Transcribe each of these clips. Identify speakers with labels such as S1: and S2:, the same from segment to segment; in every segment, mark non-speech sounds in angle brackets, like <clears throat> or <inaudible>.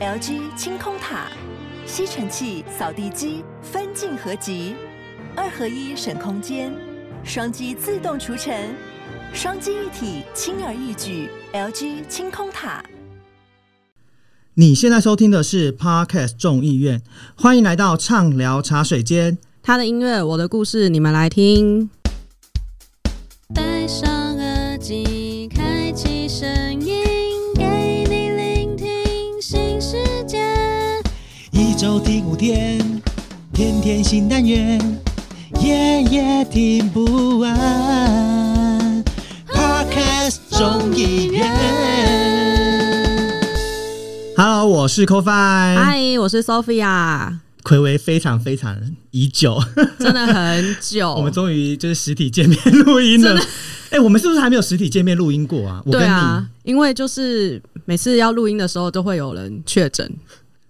S1: LG 清空塔、吸尘器、扫地机分镜合集，二合一省空间，双击自动除尘，双击一体轻而易举。LG 清空塔。
S2: 你现在收听的是 Podcast 众议院，欢迎来到畅聊茶水间。
S3: 他的音乐，我的故事，你们来听。
S4: 戴上耳机，开启声音，给你聆听新世界。
S5: 一周听五天，天天新单元，夜夜听不完。Podcast 众议院，
S2: Hello，我是 c o f i
S3: 嗨，我是 Sophia，
S4: <laughs>
S2: 暌违非常非常已久，
S3: 真的很
S5: 哦
S3: 久。
S2: <laughs> 我们终于就是实体见面录音了。哎、我们是不是还没有实体见面录音过啊？我跟
S3: 对
S2: 你，
S3: 啊，因为就是每次要录音的时候，都会有人
S2: <laughs>
S3: 确诊，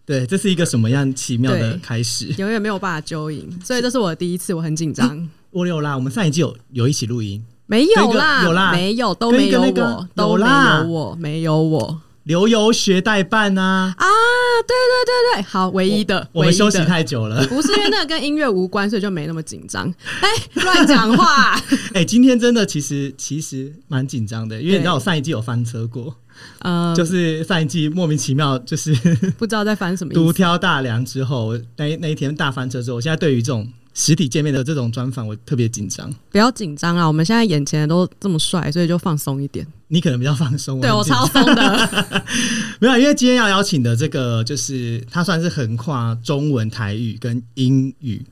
S2: 对，这是一个什么样奇妙的
S3: 对
S2: 开始？
S3: 永远没有办法揪赢，所以这是我的第一次，我很紧张。
S2: 我有啦，我们上一季有有一起录音，
S3: 没有啦，
S2: 跟一个有啦
S3: 没有，都
S2: 跟
S3: 没
S2: 一个
S3: 有
S2: 那个
S3: 我，都
S2: 有
S3: 没
S2: 啦
S3: 有我，没有我
S2: 留游学代办啊。
S3: 啊！对对对对，好，唯一的，
S2: 我
S3: 唯
S2: 们
S3: 一
S2: 休息
S3: 的
S2: 太久了。
S3: 不是因为那个跟音乐无关，所以就没那么紧张。哎，乱讲话，
S2: <laughs> 哎、今天真的其实其实蛮紧张的，因为你
S3: 对
S2: 知道我上一季有翻车过，
S3: 呃，
S2: 就是上一季莫名其妙就是
S3: <laughs> 不知道在翻什么意思
S2: 独挑大梁之后，我那那一天大翻车之后，我现在对于这种实体见面的这种专访，我特别紧张。
S3: 不要紧张啊啦，我们现在眼前的都这么帅，所以就放松一点。
S2: 你可能比较放松，
S3: 对
S2: 很
S3: 我
S2: 紧张
S3: 超松的， <laughs>
S2: 没有，因为今天要邀请的这个就是他算是横跨中文、台语跟英语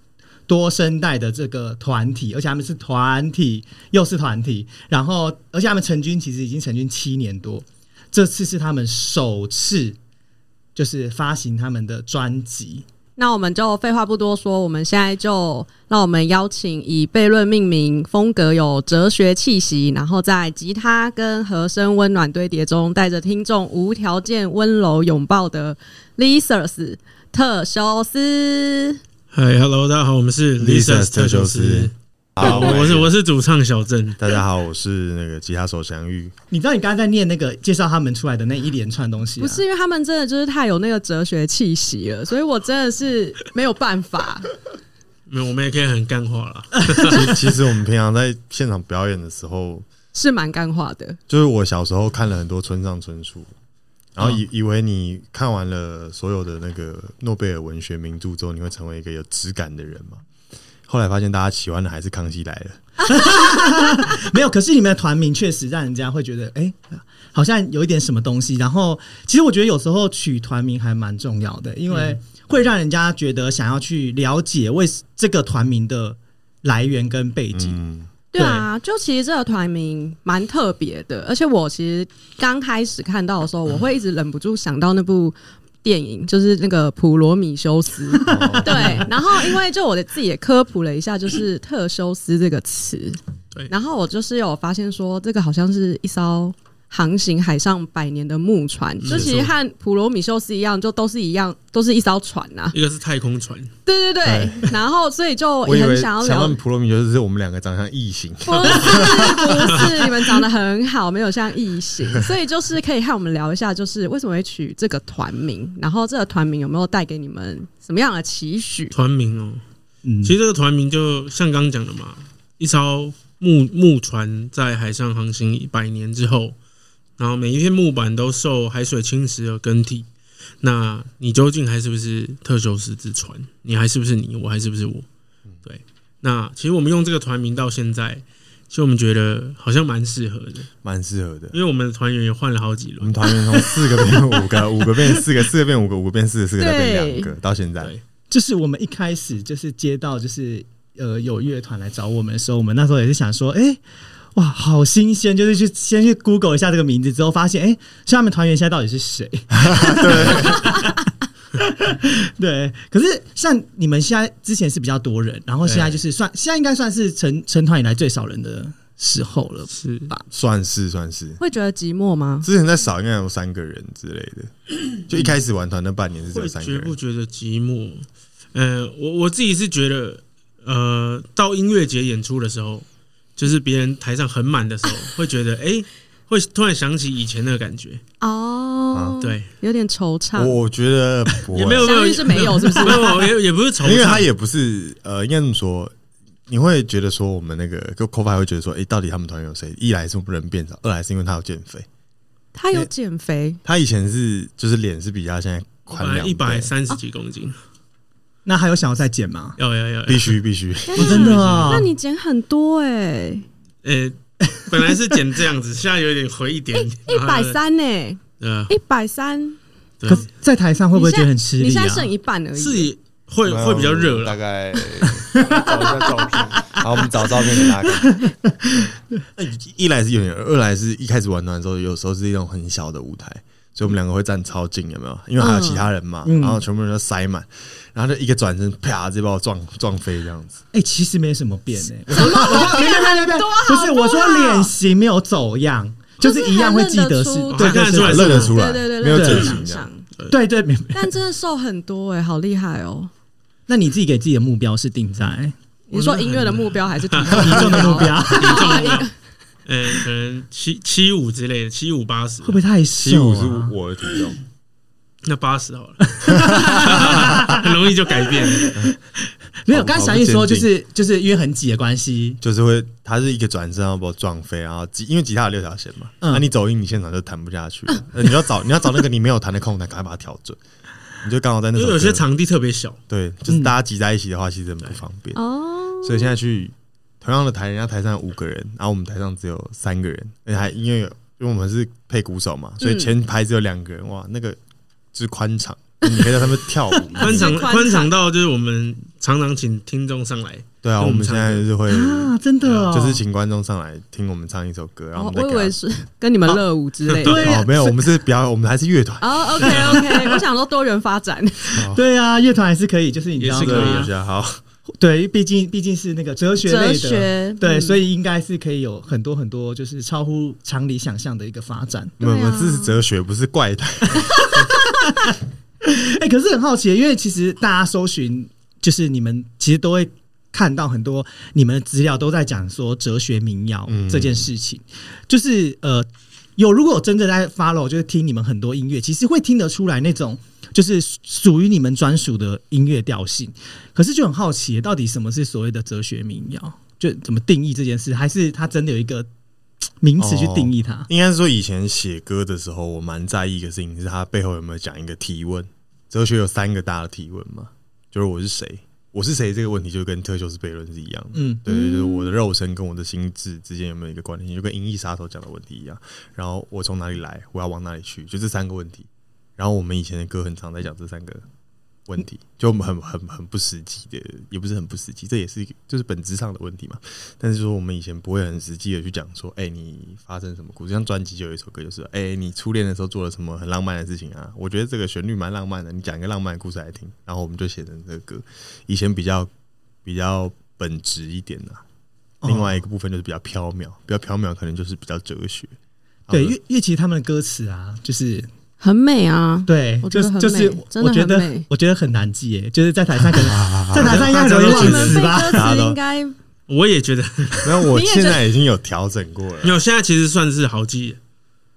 S2: 多声带的这个团体，而且他们是团体，又是团体，然后呃而且他们成军其实已经成军七年多，这次是他们首次就是发行他们的专辑，
S3: 那我们就废话不多说，我们现在就让我们邀请以悖论命名、风格有哲学气息，然后在吉他跟和声温暖堆叠中，带着听众无条件温柔拥抱的 Lisers 特修斯。
S6: 嗨，Hello，大家好，我们是
S7: Lisa
S6: Lisa 特修斯，<laughs>
S7: 好，
S6: 我是我是主唱小郑，
S7: 大家好，我是那个吉他手祥玉。
S2: 你知道你刚才在念那个介绍他们出来的那一连串东西、啊，
S3: 不是因为他们真的就是太有那个哲学气息了，所以我真的是没有办法。
S6: 没有，我们也可以很干话啦。
S7: 其 <laughs> 其实我们平常在现场表演的时候，
S3: 是蛮干话的，
S7: 就是我小时候看了很多村上春树，然
S6: 嗯
S7: 后以、以为你看完了所有的那个诺贝尔文学名著之后，你会成为一个有质感的人嘛？后来发现大家喜欢的还是《康熙来了》。
S2: 没有，可是你们的团名确实让人家会觉得，哎、好像有一点什么东西。然后，其实我觉得有时候取团名还蛮重要的，因为会让人家觉得想要去了解为这个团名的来源跟背景。
S7: 嗯，
S3: 对啊，就其实这个团名蛮特别的，而且我其实刚开始看到的时候，
S7: 嗯
S3: 我会一直忍不住想到那部电影，就是那个《普罗米修
S7: <laughs>
S3: 斯》
S7: 哦
S3: 对，然后因为就我的自己也科普了一下，就是“特修斯”这个词，
S6: 对
S7: 哎
S3: 然后我就是有发现说，这个好像是一艘。航行海上百年的木船，
S7: 嗯
S3: 就其实和普罗米修斯一样，就都是一样，都是一艘船呐、
S6: 一个是太空船，
S3: 对对对，然后所以就
S7: 我以
S3: 也很
S7: 为
S3: 想要
S7: 想
S3: 了
S7: 问普罗米修斯，是我们两个长相异形。
S3: 不是不是，你们长得很好，没有像异
S2: <laughs>
S3: 形，所以就是可以和我们聊一下，就是为什么会取这个团名，然后这个团名有没有带给你们什么样的期许？
S6: 团名哦、
S2: 嗯，
S6: 其实这个团名就像刚刚讲的嘛，一艘木木船在海上航行一百年之后，然后每一片木板都受海水侵蚀而更替。那你究竟还是不是特修斯之船？你还是不是你？我还是不是我？对，那其实我们用这个团名到现在，其实我们觉得好像蛮适合的。
S7: 蛮适合的。
S6: 因为我们的团员也换了好几轮，
S7: 我们团员从四个变五个，五个变四个，四个变五个，五个变四个，四个再变
S3: <laughs>
S7: 两个，到现在。
S6: 对
S2: 就是我们一开始就是接到就是呃有乐团来找我们的时候，我们那时候也是想说，哎、哇，好新鲜！就是去先去 Google 一下这个名字，之后发现，哎、是他们团员现在到底是谁？ <laughs> 对，可是像你们现在之前是比较多人，然后现在就是算现在应该算是成成团以来最少人的时候了。
S6: 是
S7: 算是算是。
S3: 会觉得寂寞吗？
S7: 之前在少应该有三个人之类的，
S6: <clears throat>
S7: 就一开始玩团那半年是只有
S6: 会
S7: 三个
S6: 觉不
S7: 人，
S6: 觉得寂寞？呃，我我自己是觉得，呃，到音乐节演出的时候，就是 <laughs> 别人台上很满的时候，会觉得哎、诶会突然想起以前那个感觉。
S3: 哦，
S2: 啊
S3: 哦，，
S6: 对，
S3: 有点惆怅。
S7: 我觉得不会
S6: 也没有没
S3: 相
S6: 有
S3: 遇是没有是不
S2: <laughs>
S3: 是
S6: 没有也也不是从，
S7: 因为他也不是呃，应该这么说，你会觉得说我们那个就 c o f i 会觉得说，诶，到底他们团员有谁？一来是人变少，二来是因为他有减肥。
S3: 他有减肥，
S7: 他以前是就是脸是比他现在宽两
S6: 一百
S7: 倍，
S6: 三十几公斤，
S2: 那还有想要再减吗？
S6: 要要要，要
S7: 必须必须。
S2: 我真的啊
S3: 那，你减很多哎，
S6: 呃，本来是减这样子，现在有点回一点，
S2: 嗯
S3: 一百，
S2: 啊
S3: 三哎，
S6: 呃，
S3: 一百三，
S6: 对
S2: 可，是在台上会不会觉得很吃
S3: 你
S2: 力
S3: 现
S2: 啊
S3: 在？剩一半而已。
S6: 是也
S7: <laughs>
S6: 会会比较热
S8: 大
S6: 了，
S8: 概找一下照片，好，我们找照片给大家看。
S7: <laughs> 一来是有点，二来是一开始玩团的时候，有时候是一种很小的舞台，所以我们两个会站超近，有没有？因为还有其他人嘛，
S2: 嗯
S7: 然后全部人都塞满，然后就一个转身，啪，直接把我撞撞飞这样子。
S2: 哎，其实没什么变哎，我说我说没有没有没有，不是我说脸型没有走样，就是一样会记得是
S3: 就是，
S7: 哦
S2: 对对
S6: 看得出来
S2: 对
S6: 是
S7: 认得出来，
S3: 对对对，
S7: 没有整
S3: 长
S7: 形这样。
S3: 上，
S2: 对对，没
S3: 但真的瘦很多哎，好厉害哦！
S2: 那你自己给自己的目标是定在
S3: 你说音乐的目标还是
S2: <laughs>
S3: 体 <laughs>
S2: 体重的目标，会
S6: 体重的话，呃，可能七七五之类的，七五八十
S2: 不，会太
S7: 七
S2: 瘦
S7: 五是
S2: 啊？
S7: 我的体重，
S6: 那八十好了，很容易就改变。
S2: 没有，刚才小易说就是就是因为很挤的关系，
S7: 就是会，他是一个转身，然后把我撞飞，然后吉，因为吉他有六条弦嘛，那、
S2: 嗯
S7: 你走音，你现场就弹不下去了，那你要找你要找那个你没有弹的空档，赶快把它调准，你就刚好在那
S6: 因
S7: 首
S6: 为
S7: 歌
S6: 有些场地特别小，，
S7: 对，就是大家挤在一起的话，其实很不方便，
S3: 哦，
S7: 所以现在去同样的台，人家台上有五个人，然后我们台上只有三个人，而且还因为有因为我们是配鼓手嘛，所以前排只有两个人，哇，那个就是宽场，你可以在上面跳舞
S6: 宽场
S3: 宽敞
S6: 宽场到就是我们常常请听众上来，
S7: 对啊，
S6: 跟
S7: 我
S6: 我
S7: 们
S6: 们
S7: 现
S6: 唱
S7: 在就是会。
S2: 啊，真的哦，
S7: 嗯就是请观众上来听我们唱一首歌，然后我
S3: 哦
S7: 们
S3: 我
S7: 再
S3: 以
S7: 给他
S3: 为是跟你们热舞之类的。
S2: <laughs> 对啊
S7: 哦，没有，我们是表，我们还是乐团，
S3: 哦，OK OK，我想说多元发展，
S2: 对啊，乐团还是可以，就是你知
S6: 也
S2: 道
S6: 是
S7: 对，
S6: 可以
S7: 有
S2: 吗
S6: 啊？
S7: 些好，
S2: 对，毕竟毕竟是那个哲学类的，
S3: 哲学
S2: 对，
S3: 嗯
S2: 所以应该是可以有很多很多就是超乎常理想象的一个发展。
S7: 我们我们这是哲学，不是怪谈。
S2: <laughs> 哎、可是很好奇，因为其实大家搜寻，就是你们其实都会看到很多你们的资料都在讲说哲学民谣
S7: 嗯
S2: 这件事情，就是呃，有如果有真的在 follow，就是听你们很多音乐，其实会听得出来那种。就是属于你们专属的音乐调性，可是就很好奇，到底什么是所谓的哲学民谣？就怎么定义这件事？还是它真的有一个嘖名词去
S7: 哦
S2: 定义它？
S7: 应该是说以前写歌的时候，我蛮在意一个事情，是它背后有没有讲一个提问。哲学有三个大的提问嘛，就是我是谁，我是谁这个问题，就跟特修斯悖论是一样的。
S2: 嗯，
S7: 对对，就是我的肉身跟我的心智之间有没有一个关联性，就跟《银翼杀手》讲的问题一样。然后我从哪里来，我要往哪里去，就这三个问题。然后我们以前的歌很常在讲这三个问题，就很很很不实际的，也不是很不实际，这也是一个就是本质上的问题嘛。但是说我们以前不会很实际的去讲说，哎、你发生什么故事？像专辑就有一首歌，就是哎、你初恋的时候做了什么很浪漫的事情啊？我觉得这个旋律蛮浪漫的，你讲一个浪漫的故事来听。然后我们就写成这个歌，以前比较比较本质一点的、另外一个部分就是比较缥缈，比较缥缈可能就是比较哲学。
S2: 对，因
S7: 好的
S2: 为因为其实他们的歌词啊，就是
S3: 很美啊。
S2: 对，
S3: 我
S2: 就
S3: 觉得
S2: 是
S3: 很
S2: 就是我
S3: 美真的
S2: 觉
S3: 很
S2: 得
S3: 美
S2: 我觉得很难记耶，就是在台上可能在台上应该容易
S3: 啊你
S2: 忘
S3: 们
S2: 词
S3: 背
S2: 吧。
S3: 歌词应该
S6: 我也觉得， <laughs>
S7: 没有，我
S3: 你也
S7: 现在已经有调整过了。
S6: 没有现在其实算是好记，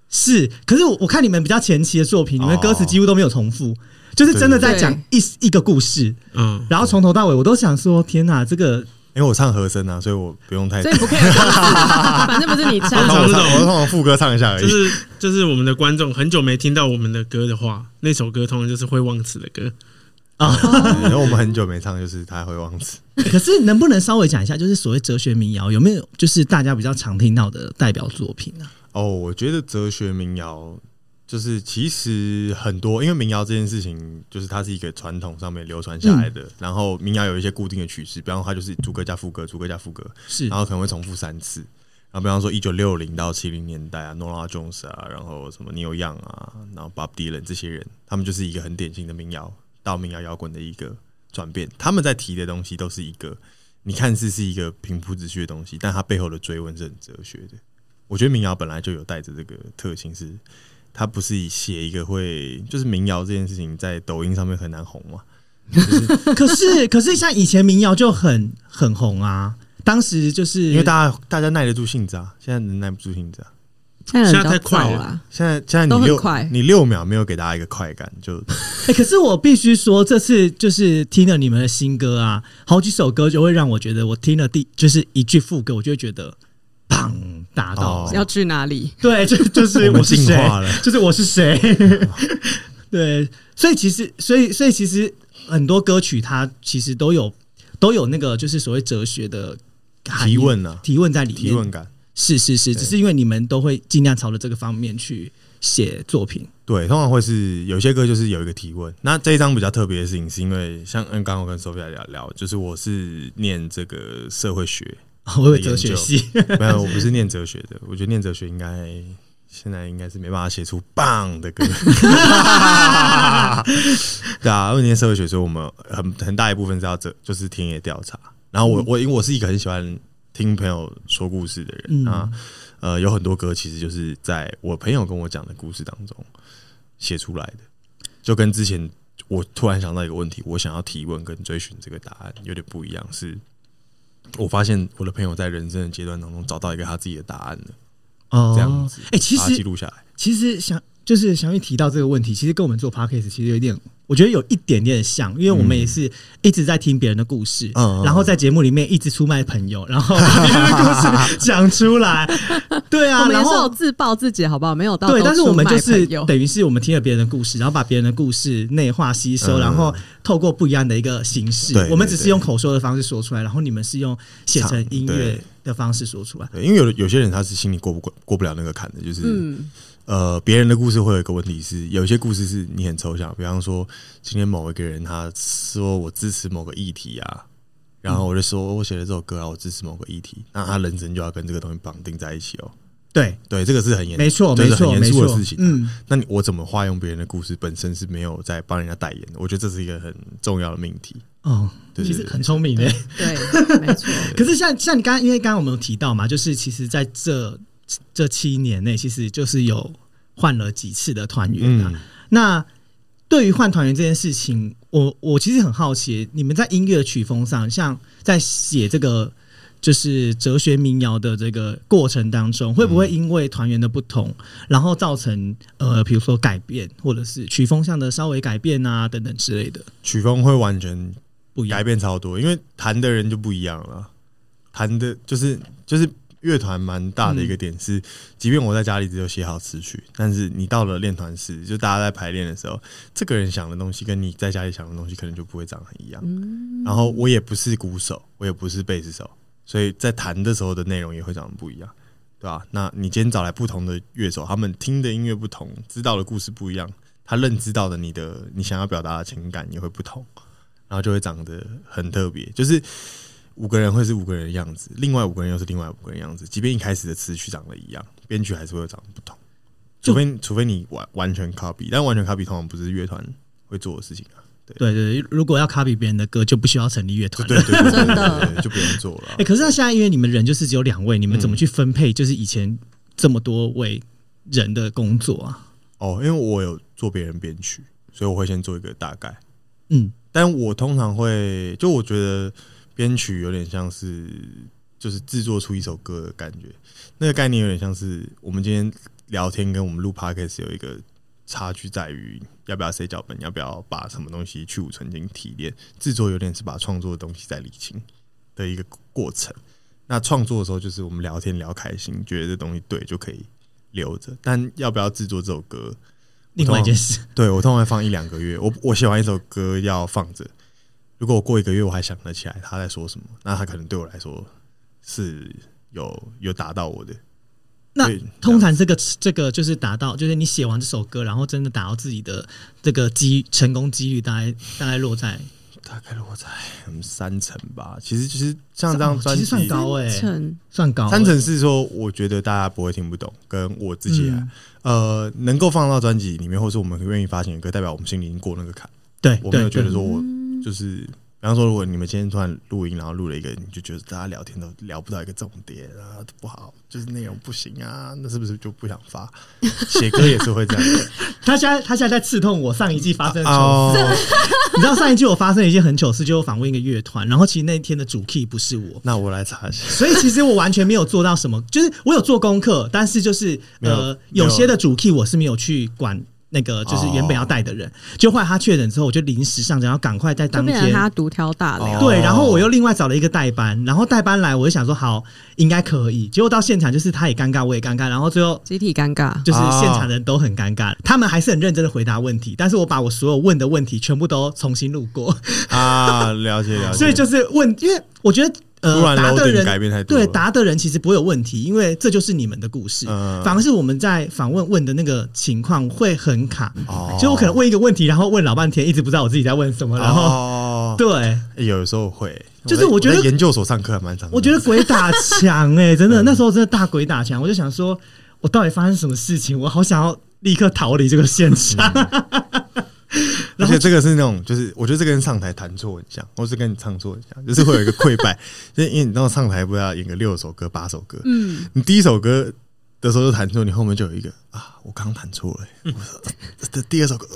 S2: 是，可是我我看你们比较前期的作品，你们歌词
S7: 哦
S2: 几乎都没有重复，就是真的在讲一一个故事，
S6: 嗯，
S2: 然后从头到尾我都想说，天哪，这个
S7: 因为我唱和声啊，所以我不用
S2: 哎
S7: 太。
S3: 所以不 care 歌
S2: <laughs>
S3: 词，反正不是你
S7: 我
S3: 唱
S6: 常
S7: 通。常
S6: 这种
S7: 我通常副歌唱一下而已。
S6: 就是就是我们的观众很久没听到我们的歌的话，那首歌通常就是会忘词的歌。
S7: 对然后我们很久没唱，就是他会忘词。
S2: 可是能不能稍微讲一下，就是所谓哲学民谣有没有就是大家比较常听到的代表作品啊呢、
S7: 哦，我觉得哲学民谣就是其实很多，因为民谣这件事情，就是它是一个传统上面流传下来的。然后民谣有一些固定的曲式，比方说它就是主歌加副歌，主歌加副歌，
S2: 是
S7: 然后可能会重复三次。然后比方说一九六零到七零年代啊，Nora Jones 啊，然后什么 Neil Young 啊，然后 Bob Dylan 这些人，他们就是一个很典型的民谣到民谣摇滚的一个转变。他们在提的东西都是一个你看似是一个平铺直叙的东西，但它背后的追问是很哲学的。我觉得民谣本来就有带着这个特性是，它不是写一个会就是民谣这件事情在抖音上面很难红嘛，
S2: 可是可是像以前民谣就很很红啊，当时就是
S7: 因为大家大家耐得住性子啊，现在人耐不住性子啊。
S3: 现在人
S6: 现
S3: 比较
S6: 在太快
S3: 燥
S6: 了
S3: 啦，
S2: 哦
S7: 现在现在
S3: 都
S7: 你
S3: 很
S7: 六
S3: 快
S7: 你六秒没有给大家一个快感，
S2: <laughs>
S7: 就
S2: 哎、可是我必须说，这次就是听了你们的新歌啊，好几首歌就会让我觉得，我听了第就是一句副歌，我就会觉得，砰打到，
S7: 哦
S3: 要去哪里？
S2: 对，就就是
S7: 我们
S2: 我是
S7: 进
S2: 谁
S7: 化了，
S2: <laughs> 就是我是谁，对，所以其实，所以所以其实很多歌曲它其实都有都有那个就是所谓哲学的含义
S7: <laughs> 提
S2: <laughs>
S7: 问啊，
S2: 提问在里面，
S7: 提问感。
S2: 是是是，只是因为你们都会尽量朝着这个方面去写作品，
S7: 对，通常会是有些歌就是有一个提问。那这一张比较特别的事情，是因为像嗯，刚刚我跟 Sophia 聊聊，就是我是念这个社会学，
S2: <laughs> 我有哲学系，
S7: <laughs> 没有，我不是念哲学的。我觉得念哲学应该现在应该是没办法写出棒的歌。对啊，因为念社会学，所以我们很很大一部分是要这就是田野调查。然后
S2: 嗯
S7: 我我因为我是一个很喜欢听朋友说故事的
S2: 嗯
S7: 人啊，呃，有很多歌其实就是在我朋友跟我讲的故事当中写出来的，就跟之前我突然想到一个问题，我想要提问跟追寻这个答案有点不一样，是我发现我的朋友在人生的阶段当中找到一个他自己的答案了，
S2: 哦
S7: 这样子，
S2: 哎、其
S7: 把它记
S2: 实
S7: 录下来。
S2: 其实想就是想玉提到这个问题，其实跟我们做 podcast 其实有一点，我觉得有一点点像，因为我们也是一直在听别人的故事，
S7: 嗯嗯
S2: 然后在节目里面一直出卖朋友，然后把别人的故事讲出来，对
S3: 我
S2: 啊，
S3: 们也
S2: 然
S3: 是有
S2: 后。
S3: 自爆自己，好不好？没有到
S2: 对，
S3: 都
S2: 但是
S3: 出
S2: 我们就
S3: 卖
S2: 是
S3: 朋友
S2: 等于是我们听了别人的故事，然后把别人的故事内化吸收，
S7: 嗯
S2: 然后透过不一样的一个形式
S7: 对，
S2: 我们只
S7: 对
S2: 是
S7: 对
S2: 用口说的方式说出来，然后你们是用写成
S7: 唱
S2: 音乐
S7: 对
S2: 的方式说出来。
S7: 对，因为有的有些人他是心里过不过过不了那个坎的，就是、
S3: 嗯，
S7: 呃，别人的故事会有一个问题是，有一些故事是你很抽象，比方说今天某一个人他说我支持某个议题啊，然后我就说我写了这首歌啊，我支持某个议题，那他人生就要跟这个东西绑定在一起哦。
S2: 对，
S7: 对，这个是很严，
S2: 没错，
S7: 就
S2: 没
S7: 是很
S2: 错，没
S7: 严肃的
S2: 错
S7: 事情。，啊
S2: 嗯，
S7: 那你我怎么化用别人的故事，本身是没有在帮人家代言的，我觉得这是一个很重要的命题。
S2: 哦，
S7: 对
S2: 其
S7: 对
S2: 实
S7: 对
S2: 很聪明的。欸 <laughs>
S3: 对，没错，
S2: 可是像像你刚刚，因为刚刚我们有提到嘛，就是其实在这这七年内，其实就是有换了几次的团员啊。
S7: 嗯，
S2: 那对于换团员这件事情，我我其实很好奇，你们在音乐曲风上，像在写这个就是哲学民谣的这个过程当中，会不
S7: 嗯
S2: 会因为团员的不同，然后造成呃，比如说改变，或者是曲风上的稍微改变啊等等之类的？
S7: 曲风会完全
S2: 不一样
S7: 改变超多，因为弹的人就不一样了。弹的就是就是乐团蛮大的一个点是，
S2: 嗯
S7: 即便我在家里只有写好词曲，但是你到了练团室，就大家在排练的时候，这个人想的东西跟你在家里想的东西可能就不会长很一样。
S2: 嗯
S7: 然后我也不是鼓手，我也不是贝斯手，所以在弹的时候的内容也会长得不一样。对吧、那你今天找来不同的乐手，他们听的音乐不同，知道的故事不一样，他认知到的你的你想要表达的情感也会不同，然后就会长得很特别。就是五个人会是五个人的样子，另外五个人又是另外五个人的样子。即便一开始的词曲长得一样，编曲还是会有长得不同。除非除非你完完全 copy，但完全 copy 通常不是乐团会做的事情
S3: <laughs>
S7: 啊。
S2: 对对，对如果要 copy 别人的歌，就不需要成立乐团了。
S7: 对对对对
S3: 真
S7: 对
S3: 的
S7: 对，对就不用做了啊
S2: 哎、。可是那现在因为你们人就是只有两位，你们怎么去分配就是以前这么多位人的工作啊？
S7: 哦，因为我有做别人编曲，所以我会先做一个大概。
S2: 嗯，
S7: 但我通常会，就我觉得编曲有点像是就是制作出一首歌的感觉，那个概念有点像是我们今天聊天跟我们录 podcast 有一个差距在于要不要写脚本，要不要把什么东西去芜存菁提炼。制作有点是把创作的东西在理清的一个过程。那创作的时候，就是我们聊天聊开心，觉得这东西对就可以留着，但要不要制作这首歌，啊
S2: 另外一件
S7: <laughs>
S2: 事，
S7: 对我通常会放一两个月，我我写完一首歌要放着，如果我过一个月我还想得起来他在说什么，那他可能对我来说是有有达到我的。
S2: 那
S7: 对
S2: 通常这个这个就是达到，就是你写完这首歌，然后真的达到自己的这个机成功几率，大概大概落在
S7: 大概落在嗯三成吧，其实就是像这张
S2: 哦
S7: 专
S2: 其
S7: 辑
S2: 实算高哎、
S3: 成
S2: 算高欸、
S7: 三成是说，我觉得大家不会听不懂，跟我自己、
S2: 嗯
S7: 呃能够放到专辑里面，或是我们愿意发行的歌，代表我们心里已经过那个坎。
S2: 对，
S7: 我没
S2: 对
S7: 有觉得
S2: 对
S7: 说我就是比方说，如果你们今天突然录音，然后录了一个，你就觉得大家聊天都聊不到一个重点啊，不好，就是内容不行啊，那是不是就不想
S2: <laughs>
S7: 发？写歌也是会这样的
S2: 他现在他现在在刺痛我上一季发生的糗事。
S7: 哦，
S2: <laughs> 你知道上一季我发生了一件很糗事，就是我访问一个乐团，然后其实那天的主 key 不是我，
S7: <laughs> 那我来查一下。
S2: 所以其实我完全没有做到什么， <laughs> 就是我有做功课，但是就是
S7: 没有
S2: 呃，
S7: 没有
S2: 有些的主 key 我是没有去管。那个就是原本要带的人，就后来他确诊之后，我就临时上阵，然后赶快在
S3: 就
S2: 当
S7: 哦
S3: 变成
S2: 天哦
S3: 他独挑大梁。
S2: 对，然后我
S7: 又
S2: 又另外找了一个代班，然后代班来，我就想说好，应该可以。结果到现场就是他也尴尬，我也尴尬，然后最后
S3: 集体尴
S2: <laughs>
S3: 尬，
S2: 就是
S7: 哦
S2: 现场人都很尴尬，他们还是很认真的回答问题，但是我把我所有问的问题全部都重新录过，
S7: 啊，了解了解，
S2: 所以就是问，因为我觉得
S7: 突
S2: 呃，
S7: 然
S2: 答的
S7: loading
S2: 人
S7: 改变太多了，
S2: 对答的人其实不会有问题，因为这就是你们的故事。
S7: 嗯
S2: 反而是我们在访问问的那个情况会很卡，
S7: 哦
S2: 就我可能问一个问题，然后问老半天，一直不知道我自己在问什么，然后、
S7: 哦，
S2: <laughs> 对，
S7: 欸有时候会，
S2: 就是
S7: 我
S2: 我
S7: 在
S2: 觉得
S7: 在研究所上课还蛮常的，
S2: 我觉得鬼打墙哎、真
S7: 嗯
S2: 的，那时候真的大鬼打墙，我就想说，我到底发生什么事情？我好想要立刻逃离这个现场。
S7: 嗯
S2: <laughs>
S7: 而且这个是那种，就是我觉得这跟上台弹错很像，或是跟你唱错很像，就是会有一个溃败， <laughs> 就是因为你到上台不是要演个六首歌、八首歌，嗯，你第一首歌的时候就弹错，你后面就有一个啊，我刚弹错了、欸，我说呃这第二首歌，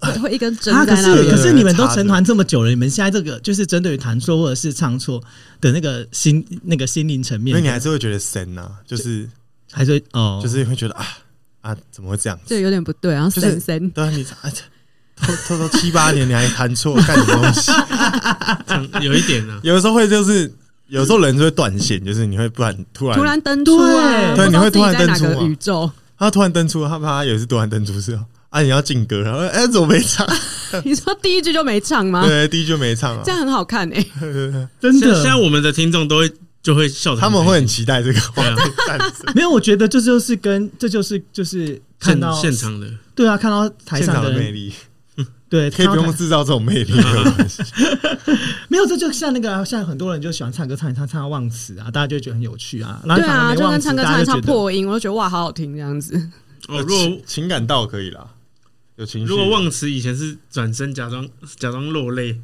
S7: 呃
S3: 会一根针
S2: 啊，可
S3: 在
S2: 是
S3: 那
S7: 对
S3: 里
S7: 对
S2: 可
S7: 对
S2: 是你们都
S7: 差
S2: 成
S7: 的
S2: 团这么久了，你们现在这个就是针对于弹错或者是唱错的那个心那个心灵层面
S7: 因
S2: 的，
S7: 为你还是会觉得神呐、就是
S2: 还是会哦，
S7: 就是会觉得啊啊，怎么会这样
S3: 就
S7: 子？
S3: 有点不对，然后
S7: 就是
S3: 森森
S7: 对啊，你啊这偷偷偷七八年你还弹错，干什么东西？ <laughs>
S6: 这样有一点啊呢、
S7: 有的时候会就是，有时候人就会断线，就是你会不然突然
S3: 突然登出啊，
S7: 对
S3: 不知
S7: 你
S3: 道
S7: 会
S3: 自
S7: 突
S3: 己
S7: 然
S3: 在哪
S7: 登出
S3: 个
S7: 啊
S3: 宇宙？
S7: 他突然登出，他怕他有一次突然登出是哦啊，你要进歌，然后哎、怎么没唱？
S3: <laughs> 你说第一句就没唱吗？
S7: 对，第一句没唱啊
S3: 这，样很好看哎，
S2: 真
S6: 现在现在
S2: 的
S6: 我们的听众都会就会笑得
S7: 他们
S6: 开
S7: 会很
S6: 心
S7: 期待这个话
S6: 对啊
S7: 题 <laughs> 诞生。
S2: <laughs> 没有，我觉得这就是跟这就是就是看到
S6: 现现场的，哦
S2: 对啊，看到台
S7: 现
S2: 上
S7: 场
S2: 的
S7: 的魅
S2: 人
S7: 力，
S2: 对，
S7: 可以不
S2: 看到
S7: 用
S2: 台
S7: 制造这种魅力，没有关系
S2: 没有，这就像那个啊现在很多人就喜欢唱歌唱一唱唱到忘词啊，大家就会觉得很有趣啊，然后
S3: 对
S2: 反而
S3: 啊，
S2: 没
S3: 就
S2: 忘
S3: 跟
S2: 词
S3: 唱歌
S2: 大家
S3: 唱一
S2: 就
S3: 唱
S2: 觉得
S3: 破音，我就觉得哇，好好听这样子。
S6: 哦，如果
S7: 情情感到可以啦，有情绪，
S6: 如果忘词以前是转身假装假装落泪，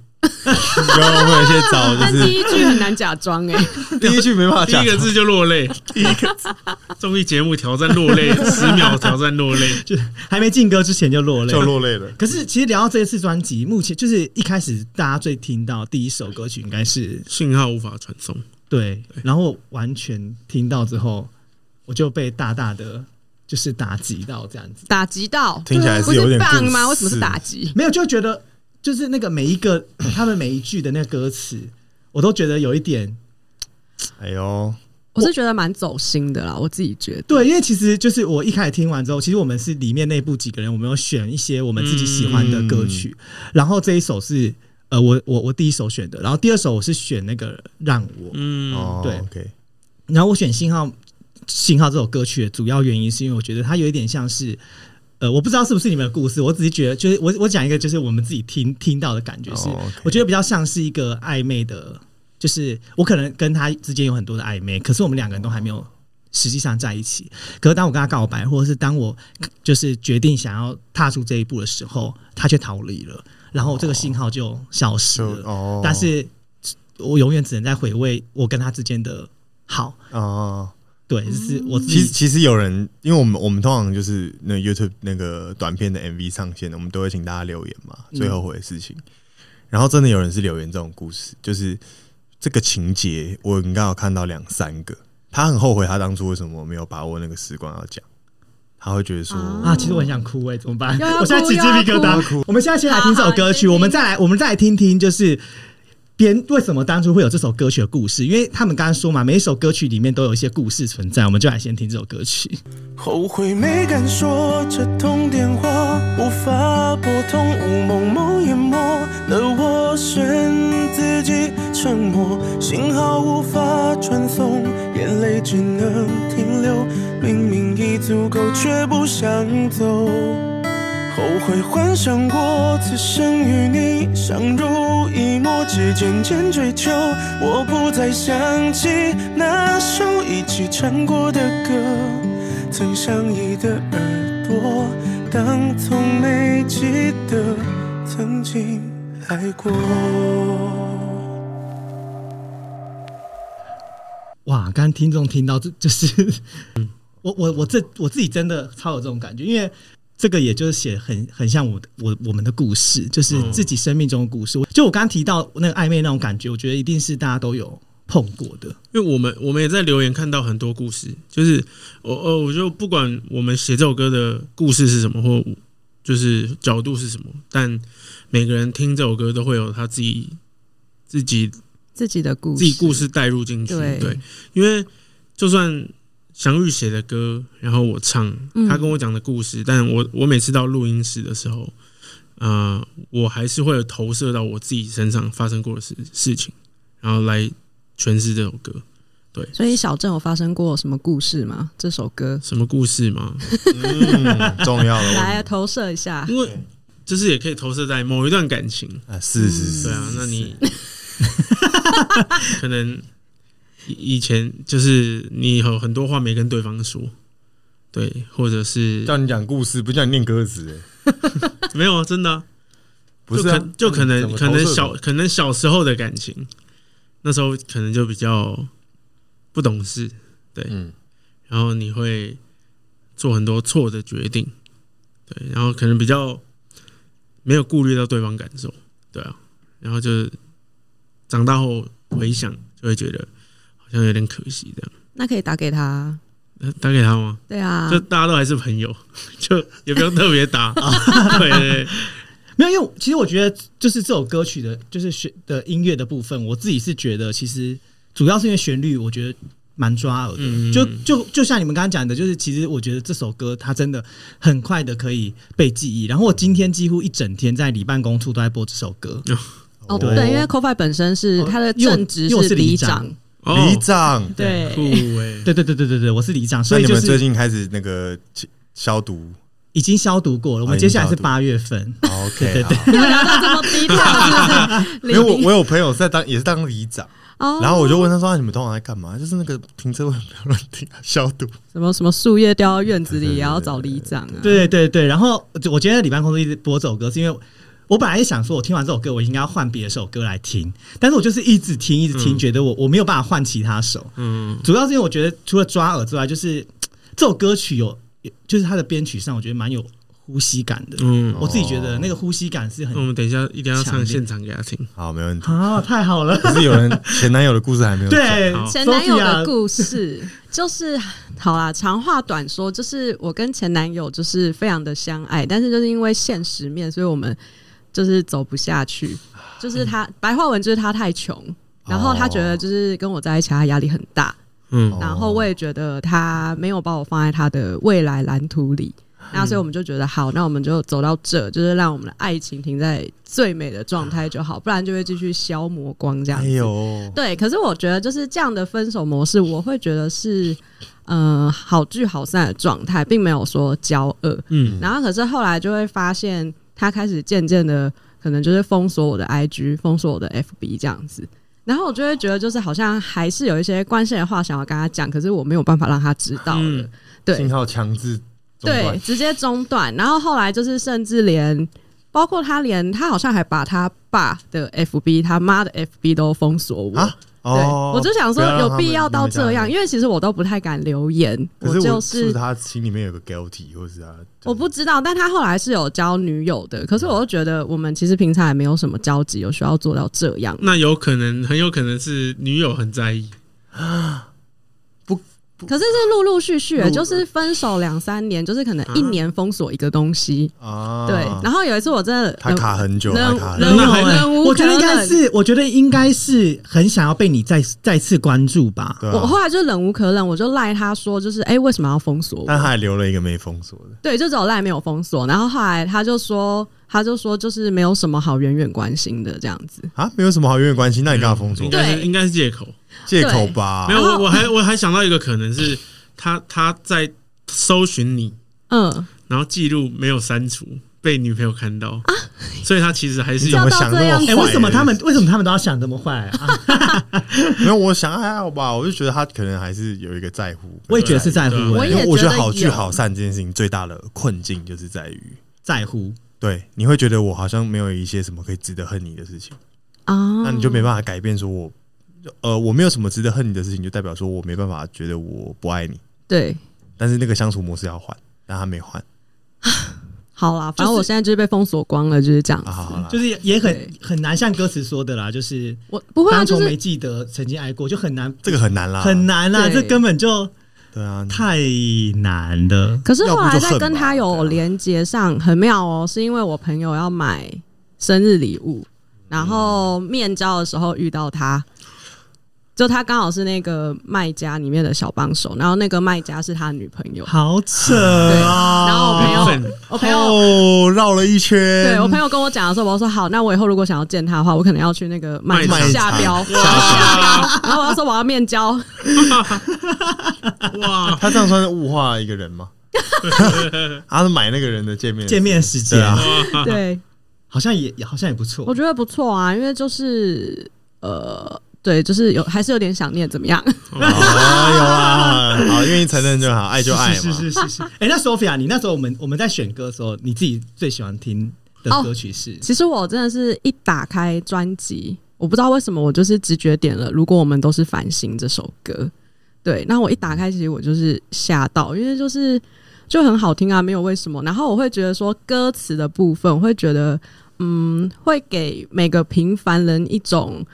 S7: 然后会有一些招，
S3: 但
S7: 哦
S3: 第
S7: 就
S6: <laughs>
S7: 是
S3: 一句很难假装哎，
S7: 第一句没办法
S6: 第
S7: 讲
S6: 一，个字就落泪，第一个字，综艺节目挑战落泪，十秒挑战落泪，
S2: 就 <laughs> 还没进歌之前就落泪，
S7: 就落泪了。
S2: 可是，其实聊到这一次专辑，目前就是一开始大家最听到第一首歌曲应该是
S6: 信号无法传送，
S2: 对，然后完全听到之后，我就被大大的就是打击到这样子，
S3: 打击到
S7: 听起来
S3: 不
S7: 是有点
S3: 棒
S7: 故
S3: 吗？
S7: 事
S3: 为什么是打击？
S2: 没有就觉得就是那个每一个 <clears throat> 他们每一句的那个歌词，我都觉得有一点
S7: 哎呦，
S3: 我是觉得蛮走心的啦，我自己觉得。
S2: 对，因为其实就是我一开始听完之后，其实我们是里面内部几个人，我们有选一些我们自己喜欢的歌曲，然后这一首是呃我我我第一首选的，然后第二首我是选那个让我，
S6: 嗯，
S7: 哦，
S2: 对
S7: ，OK，
S2: 然后我选信号信号这首歌曲的主要原因，是因为我觉得它有一点像是，呃，我不知道是不是你们的故事，我只是觉得，就是我我讲一个，就是我们自己听听到的感觉是，
S7: 哦，OK
S2: 我觉得比较像是一个暧昧的，就是我可能跟他之间有很多的暧昧，可是我们两个人都还没有。实际上在一起，可是当我跟他告白，或者是当我就是决定想要踏出这一步的时候，他却逃离了，然后这个信号就消失
S7: 就
S2: 了。
S7: 哦，
S2: 但是我永远只能在回味我跟他之间的好。
S7: 哦，
S2: 对，就是
S3: 嗯
S2: 我自
S7: 其实
S2: 己
S7: 其实有人，因为我们我们通常就是那 YouTube 那个短片的 MV 上线，我们都会请大家留言嘛，
S6: 嗯
S7: 最后悔的事情。然后真的有人是留言这种故事，就是这个情节，我应该有看到两三个，他很后悔他当初为什么没有把握那个时光要讲，他会觉得说，
S3: 啊
S2: 啊，其实我很想哭哎、怎么办？
S3: 又
S2: <laughs>
S3: 要
S2: 我现在
S3: 哭
S2: 起鸡
S3: 又要
S2: 皮疙瘩。我们现在先来听这首歌曲，
S3: 好好
S2: 我们再来，我们再来听听，就是编为什么当初会有这首歌曲的故事？因为他们刚刚说嘛，每一首歌曲里面都有一些故事存在，我们就来先听这首歌曲。 <laughs>
S9: 后悔没敢说这通电话，无法拨通，雾蒙蒙淹没了我，选自己沉默，信号无法传送，眼泪只能停留，明明已足够，却不想走。后悔幻想过此生与你相濡以沫，只渐渐追求。我不再想起那首一起唱过的歌，曾相依的耳朵，当从没记得曾经爱过。
S2: 哇，刚刚听众听到这就是 <laughs> 我我我这我自己真的超有这种感觉，因为这个也就是写很很像我的我我们的故事，就是
S6: 嗯
S2: 自己生命中的故事。就我刚刚提到那个暧昧那种感觉，我觉得一定是大家都有碰过的。
S6: 因为我们我们也在留言看到很多故事，就是我哦，我就不管我们写这首歌的故事是什么，或就是角度是什么，但每个人听这首歌都会有他自己自己
S3: 自己的故事，
S6: 自己故事带入进去。
S3: 对
S6: 对，因为就算祥玉写的歌，然后我唱，
S3: 嗯
S6: 他跟我讲的故事，但我我每次到录音室的时候，呃，我还是会有投射到我自己身上发生过的事事情，然后来诠释这首歌。
S3: 所以小郑有发生过什么故事吗？这首歌
S6: 什么故事吗？
S7: 嗯，重要
S6: <laughs>
S7: 了。
S6: 啊
S3: 来投射一下，
S6: 因为就是也可以投射在某一段感情，
S7: 啊，是是是，
S6: 对啊，那你 <laughs> 可能以以前就是你有很多话没跟对方说，对，或者是
S7: 叫你讲故事，不叫你念歌词、欸
S6: 没有啊，真的啊、
S7: 不是、
S6: 就
S7: 啊
S6: 可就可
S7: 那
S6: 能
S7: 你
S6: 可
S7: 怎么
S6: 能
S7: 投射
S6: 小可能小时候的感情，那时候可能就比较不懂事，
S7: 嗯，
S6: 然后你会做很多错的决定，对，然后可能比较没有顾虑到对方感受，对啊，然后就是长大后回想就会觉得好像有点可惜这样。
S3: 那可以打给他。
S6: 呃打给他吗？
S3: 对啊
S6: 就，大家都还是朋友，就也不用特别打。对对对，
S2: 没有，因为其实我觉得，就是这首歌曲的，就是旋的音乐的部分，我自己是觉得，其实主要是因为旋律，我觉得蛮抓耳的。
S6: 嗯
S2: 就就就像你们刚刚讲的，就是其实我觉得这首歌它真的很快的可以被记忆。然后我今天几乎一整天在里办公处都在播这首歌，
S3: 哦
S2: 对
S3: 对，因为 CoFi 本身是
S2: 哦
S3: 他的
S2: 因为我
S3: 正职
S2: 因为我是里
S3: 里
S2: 长
S3: 长，
S6: 哦
S7: 里长，
S3: 对
S6: 酷哎，
S2: 对对对对对对，我是里长，
S7: 所
S2: 所
S7: 以
S2: 以
S7: 你
S2: 就
S7: 们最
S2: 是
S7: 近开始那个消
S6: <laughs>
S7: 消毒
S2: 已经消毒过了。我们
S7: 哦已
S2: 接
S7: 经
S2: 下来是
S7: 消毒
S2: 八月份，
S7: ，OK，好。
S3: <laughs> 没有聊到这么低调，是不
S7: 因
S3: 是？
S7: 为我我有朋友在当也是当里长，
S3: 哦
S7: 然后我就问他说：“啊你们通常在干嘛？就是那个停车位不要乱停啊，消毒。
S3: 什么什么树叶掉到院子里也要找里长啊，
S2: 对对对，然后就我今天在里办公室一直播这首歌，是因为我本来也想说，我听完这首歌，我应该要换别的首歌来听，但是我就是一直听，一直听，
S6: 嗯
S2: 觉得我我没有办法换其他首，
S6: 嗯，
S2: 主要是因为我觉得除了抓耳之外，就是嘖这首歌曲有，就是它的编曲上，我觉得蛮有呼吸感的。
S6: 嗯，哦
S2: 我自己觉得那个呼吸感是
S6: 那我
S2: 很
S6: 们等一下一定要
S2: 强
S6: 唱
S2: 烈
S6: 现场给他听。”
S7: 好，没问
S2: <laughs>
S7: 题。
S2: 啊，太好
S6: <laughs>
S2: 了，
S7: 可是有人前男友的故事还没有讲，
S2: 对
S6: 好，
S3: 前男友的
S2: Sophia，
S3: 故
S2: <laughs>
S3: 事就是好啦，长话短说，就是我跟前男友就是非常的相爱，但是就是因为现实面，所以我们就是走不下 <sighs> 去。就是他白话文就是他太穷，然后他觉得就是跟我在一起，他压力很大，
S6: 嗯，
S3: 然后我也觉得他没有把我放在他的未来蓝图里。那所以我们就觉得好，那我们就走到这，就是让我们的爱情停在最美的状态就好，不然就会继续消磨光这样
S7: 哎
S3: 子。
S7: 呦，
S3: 对，可是我觉得就是这样的分手模式，我会觉得是呃好聚好散的状态，并没有说交恶。
S6: 嗯，
S3: 然后可是后来就会发现，他开始渐渐的可能就是封锁我的 IG，封锁我的 FB 这样子。然后我就会觉得，就是好像还是有一些关心的话想要跟他讲，可是我没有办法让他知道了。
S6: 嗯
S3: 对，
S7: 信号强制中
S3: 对，
S7: 断，
S3: 直接中断。然后后来就是甚至连包括他连他好像还把他爸的 FB、他妈的 FB 都封锁我。
S7: 啊
S3: 对，
S7: 哦，
S3: 我就想说
S7: 不要让
S3: 有
S7: 他
S3: 必
S7: 们
S3: 要到这样，
S7: 你
S3: 因为其实我都不太敢留言，
S7: 们可是
S3: 就
S7: 我是不
S3: 是
S7: 是他心里面有个 guilty，或是他
S3: 我不知道，但他后来是有交女友的，可是我又觉得我们其实平常也没有什么交集，有需要做到这样。
S6: 那有可能，很有可能是女友很在意。
S3: 可是是陆陆续续
S6: 陆，
S3: 就是分手两三年，就是可能一
S6: 啊
S3: 年封锁一个东西。
S7: 啊？
S3: 对，然后有一次我真的
S7: 他
S3: 忍
S7: 卡很久，
S3: 忍
S7: 他卡很
S3: 忍
S6: 那还
S3: 无忍无
S2: 我觉得应
S3: 可
S2: 该
S3: 忍
S2: 是，我觉得应该是很想要被你再再次关注吧。
S7: 对啊，
S3: 呃我后来就忍无可忍，我就赖他说，就是哎、诶为什么要封锁
S7: 但他
S3: 我？
S7: 还留了一个没封锁的，
S3: 对，就只有赖没有封锁。然后后来他就说，他就说就是没有什么好远远关心的这样子。
S7: 啊，没有什么好远远关系，那你干嘛封锁
S6: 应？该是
S3: 对
S6: 应该是借口。
S7: 借口吧
S6: 没，有，
S3: 然后
S6: 我我还我还想到一个可能是他他在搜寻你，
S3: 嗯，
S6: 然后记录没有删除，被女朋友看到，所以他其实还是
S7: 你
S6: 有
S7: 怎么想那么
S2: 哎、
S7: 坏？
S2: 为什么他们为什么他们都要想这么坏啊？
S7: <laughs> 没有？我想还好吧，我就觉得他可能还是有一个在乎。
S2: 我也觉得是在乎、
S6: 对
S3: 我
S2: 哎
S3: 也
S7: 因为我觉得
S3: 觉得
S7: 好聚
S3: 有
S7: 好散这件事情最大的困境就是在于，
S2: 在乎。
S7: 对，你会觉得我好像没有一些什么可以值得恨你的事情，
S3: 啊，
S7: 那你就没办法改变说我。呃，我没有什么值得恨你的事情，就代表说我没办法觉得我不爱你。
S3: 对，
S7: 但是那个相处模式要换，但他没换
S3: 好啦，反正我现在就是被封锁光了，就是这样子。
S7: 啊，好好啦，
S2: 就是也也很
S3: 对
S2: 很难像歌词说的啦，就是
S3: 我不会啊，
S2: 当
S3: 就
S2: 从没
S3: 是
S2: 记得曾经爱过，就很难，
S7: 这个很难啦，
S2: 很难啦，
S3: 对
S2: 这根本就
S7: 对啊，
S2: 太难了。
S3: 可是后
S7: 要不
S3: 来
S7: 就
S3: 在
S7: 恨
S3: 跟
S7: 吧
S3: 他有连接上，很妙哦，是因为我朋友要买生日礼物，然后面交的时候遇到他，就他刚好是那个卖家里面的小帮手，然后那个卖家是他女朋友，
S2: 好扯
S3: 对，
S2: 啊！
S3: 然后我朋友，
S6: 粉
S3: 我朋友。
S7: 哦，绕了一圈，
S3: 对我朋友跟我讲的时候，我说好，那我以后如果想要见他的话，我可能要去那个卖
S6: 卖场
S3: 下标，
S6: 哇
S3: 下标，然后我要说我要面 <laughs> 交，
S6: <laughs> 哇，
S7: 他这样算是物化一个人
S3: <laughs>
S7: 吗？他是买那个人的界面
S2: 见面时
S7: 对
S2: 间
S7: 啊，
S3: 对，
S2: 好像也好像也不错
S3: 我。觉得不错啊，因为就是呃，对，就是有还是有点想念，怎么样？
S7: 啊有啊，好，愿意承认就好，爱就爱嘛。
S2: 是是是是是。哎、那 Sophia，你那时候我们我们在选歌的时候，你自己最喜欢听的
S3: 哦
S2: 歌曲是？
S3: 其实我真的是一打开专辑，我不知道为什么我就是直觉点了。如果我们都是繁星这首歌，对，那我一打开，其实我就是吓到，因为就是就很好听啊，没有为什么。然后我会觉得说歌词的部分，我会觉得嗯，会给每个平凡人一种。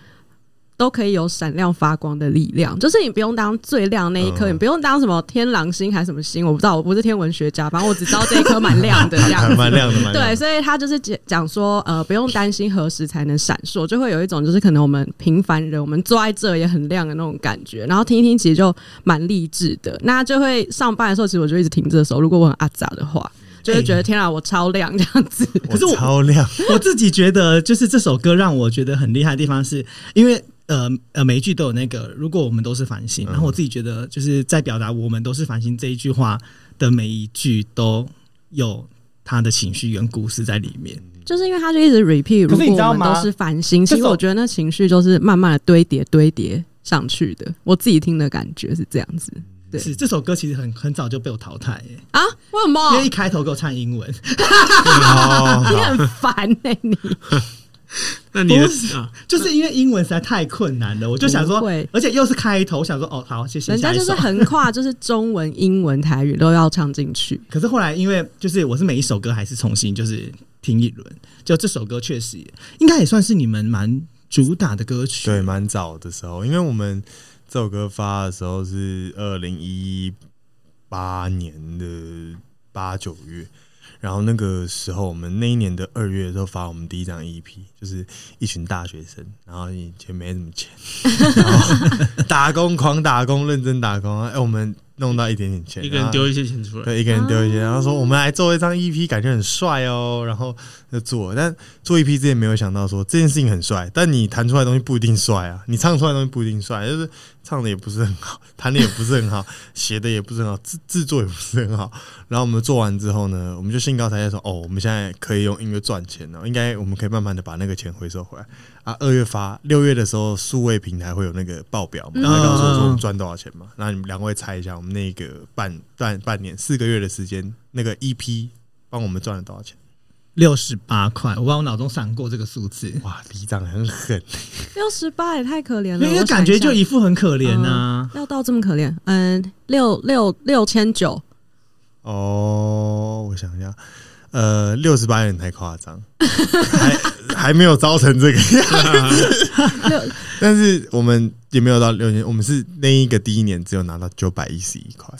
S3: 都可以有闪亮发光的力量，就是你不用当最亮那一颗，
S7: 嗯
S3: 你不用当什么天狼星还是什么星，我不知道，我不是天文学家，反正我只知道这一颗蛮亮的这样
S7: <laughs> 还
S3: 子。
S7: 蛮亮的，蛮亮
S3: 对，
S7: 的。
S3: 所以他就是讲讲说，呃，不用担心何时才能闪烁，就会有一种就是可能我们平凡人，我们坐在这也很亮的那种感觉。然后听一听，其实就蛮励志的。那就会上班的时候，其实我就一直听这首。如果我很阿杂的话，就会觉得天啊，我超亮这样子。
S7: 可是我超亮，
S2: 我自己觉得，就是这首歌让我觉得很厉害的地方是，因为呃呃，每一句都有那个“如果我们都是繁星”，然后我自己觉得就是在表达“我们都是繁星”这一句话的每一句都有他的情绪跟故事在里面。
S3: 就是因为他就一直 repeat，
S2: 可
S3: 如
S2: 是
S3: 果
S2: 你知道
S3: 我
S2: 吗
S3: 们都是繁星，其
S2: 这
S3: 实
S2: 首
S3: 我觉得那情绪就是慢慢的堆叠堆叠上去的。我自己听的感觉是这样子对
S2: 是这首歌其实很很早就被我淘汰、欸，
S3: 啊，为什
S2: 因为
S3: 么
S2: 一？开头给我唱英文，
S7: 哦，
S3: 你很烦呢、你
S6: 那你的
S2: 不是
S6: 啊，
S2: 就是因为英文实在太困难了，我就想说
S3: 不会，
S2: 而且又是开头，我想说哦好，谢谢。
S3: 人家
S2: 下一
S3: 就
S2: 首
S3: 是横跨，就是中文、英文、台语都要唱进 <laughs> 去。
S2: 可是后来，因为就是我是每一首歌还是重新就是听一轮，就这首歌确实也应该也算是你们蛮主打的歌曲。
S7: <laughs> 对，，蛮早的时候，因为我们这首歌发的时候是二零一八年的八九月，然后那个时候我们那一年的二月的时候发我们第一张 EP，就是一群大学生，然后以前没什么钱，然后打工狂打工，认真打工，哎、我们弄到一点点钱，
S6: 一个
S7: 然
S6: 人
S7: 后
S6: 丢一些钱出来，
S7: 啊对，一个人丢一些，然后说我们来做一张 EP，感觉很帅哦，然后就做。但做 EP 之前没有想到说这件事情很帅，但你弹出来的东西不一定帅啊，你唱出来的东西不一定帅，就是唱的也不是很好，弹的也不是很好， <laughs> 写的也不是很好，制制作也不是很好。然后我们做完之后呢，我们就兴高采烈说，哦，我们现在可以用音乐赚钱了，应该我们可以慢慢的把那个钱回收回来啊。二月发，六月的时候数位平台会有那个报表嘛，他告诉我说我们赚多少钱嘛，然后你们两位猜一下，我们那个半半半年四个月的时间，那个 EP 帮我们赚了多少钱？
S2: 六十八块，我把我脑中闪过这个数字，
S7: 哇，里长很狠，
S3: 六十八也太可怜
S2: 因
S3: 了，
S2: 为
S3: 我
S2: 感觉就
S3: 想
S2: 一副啊很可
S3: 下
S2: 怜呐、
S3: 嗯要到这么可怜，嗯，六六六千九，
S7: 哦，我想一下，呃，六十八有点太夸张，还 <laughs> 还没有招成这个样子
S3: 六
S7: 但是我们也没有到六年，我们是那一个第一年只有拿到九百一十一块，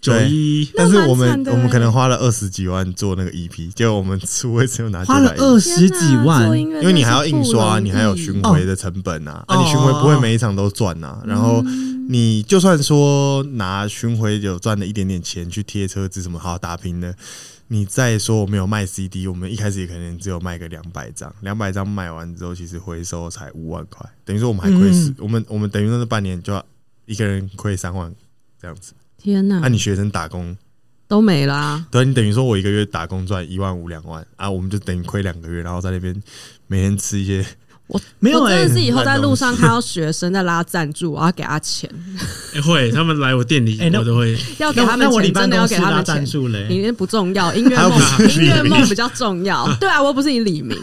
S6: 九一
S7: 但是
S3: 那
S7: 我
S3: 蛮
S7: 们
S3: 惨的
S7: 我们
S3: 欸
S7: 可能花了二十几万做那个 EP，结果我们出位只有拿
S2: 花了
S7: 910
S2: 二十几万，
S7: 因为你还要印刷、你还有巡回的成本啊，啊，你巡回不会每一场都赚啊。然后你就算说拿巡回有赚了一点点钱去贴车子什么好打拼的，你再说我们有卖 CD，我们一开始也可能只有卖个两百张，两百张卖完之后，其实回收才五万块，等于说我们还亏十、
S2: 嗯
S7: 我们我们等于那是半年就要一个人亏三万这样子。
S3: 天
S7: 那、
S3: 哪，
S7: 啊你学生打工，
S3: 都没啦，
S7: 对啊，你等于说我一个月打工赚一万五两万啊，我们就等于亏两个月，然后在那边每天吃一些
S3: 我
S2: 没有
S3: 我真
S2: 欸
S3: 的是以后在路上
S7: 很烂东西
S3: 看到学生在拉赞助，我要给他钱，
S6: 欸会他们来我店里
S7: 哎
S2: 欸，那
S6: 我都会
S3: 要给
S2: 那
S3: 他
S2: 那
S3: 们
S2: 我
S3: 钱，
S2: 礼拜
S3: 真的
S2: 都
S3: 要
S2: 是
S3: 给他
S2: 拉
S3: 们
S2: 赞
S3: 钱。 <laughs>
S2: 助欸
S3: 你
S2: 嘞，
S3: 那不重要，音乐
S7: 还有
S3: 梦
S7: 不是
S3: 音乐
S7: 你
S3: 梦比较重要。对啊，我又不是你李明，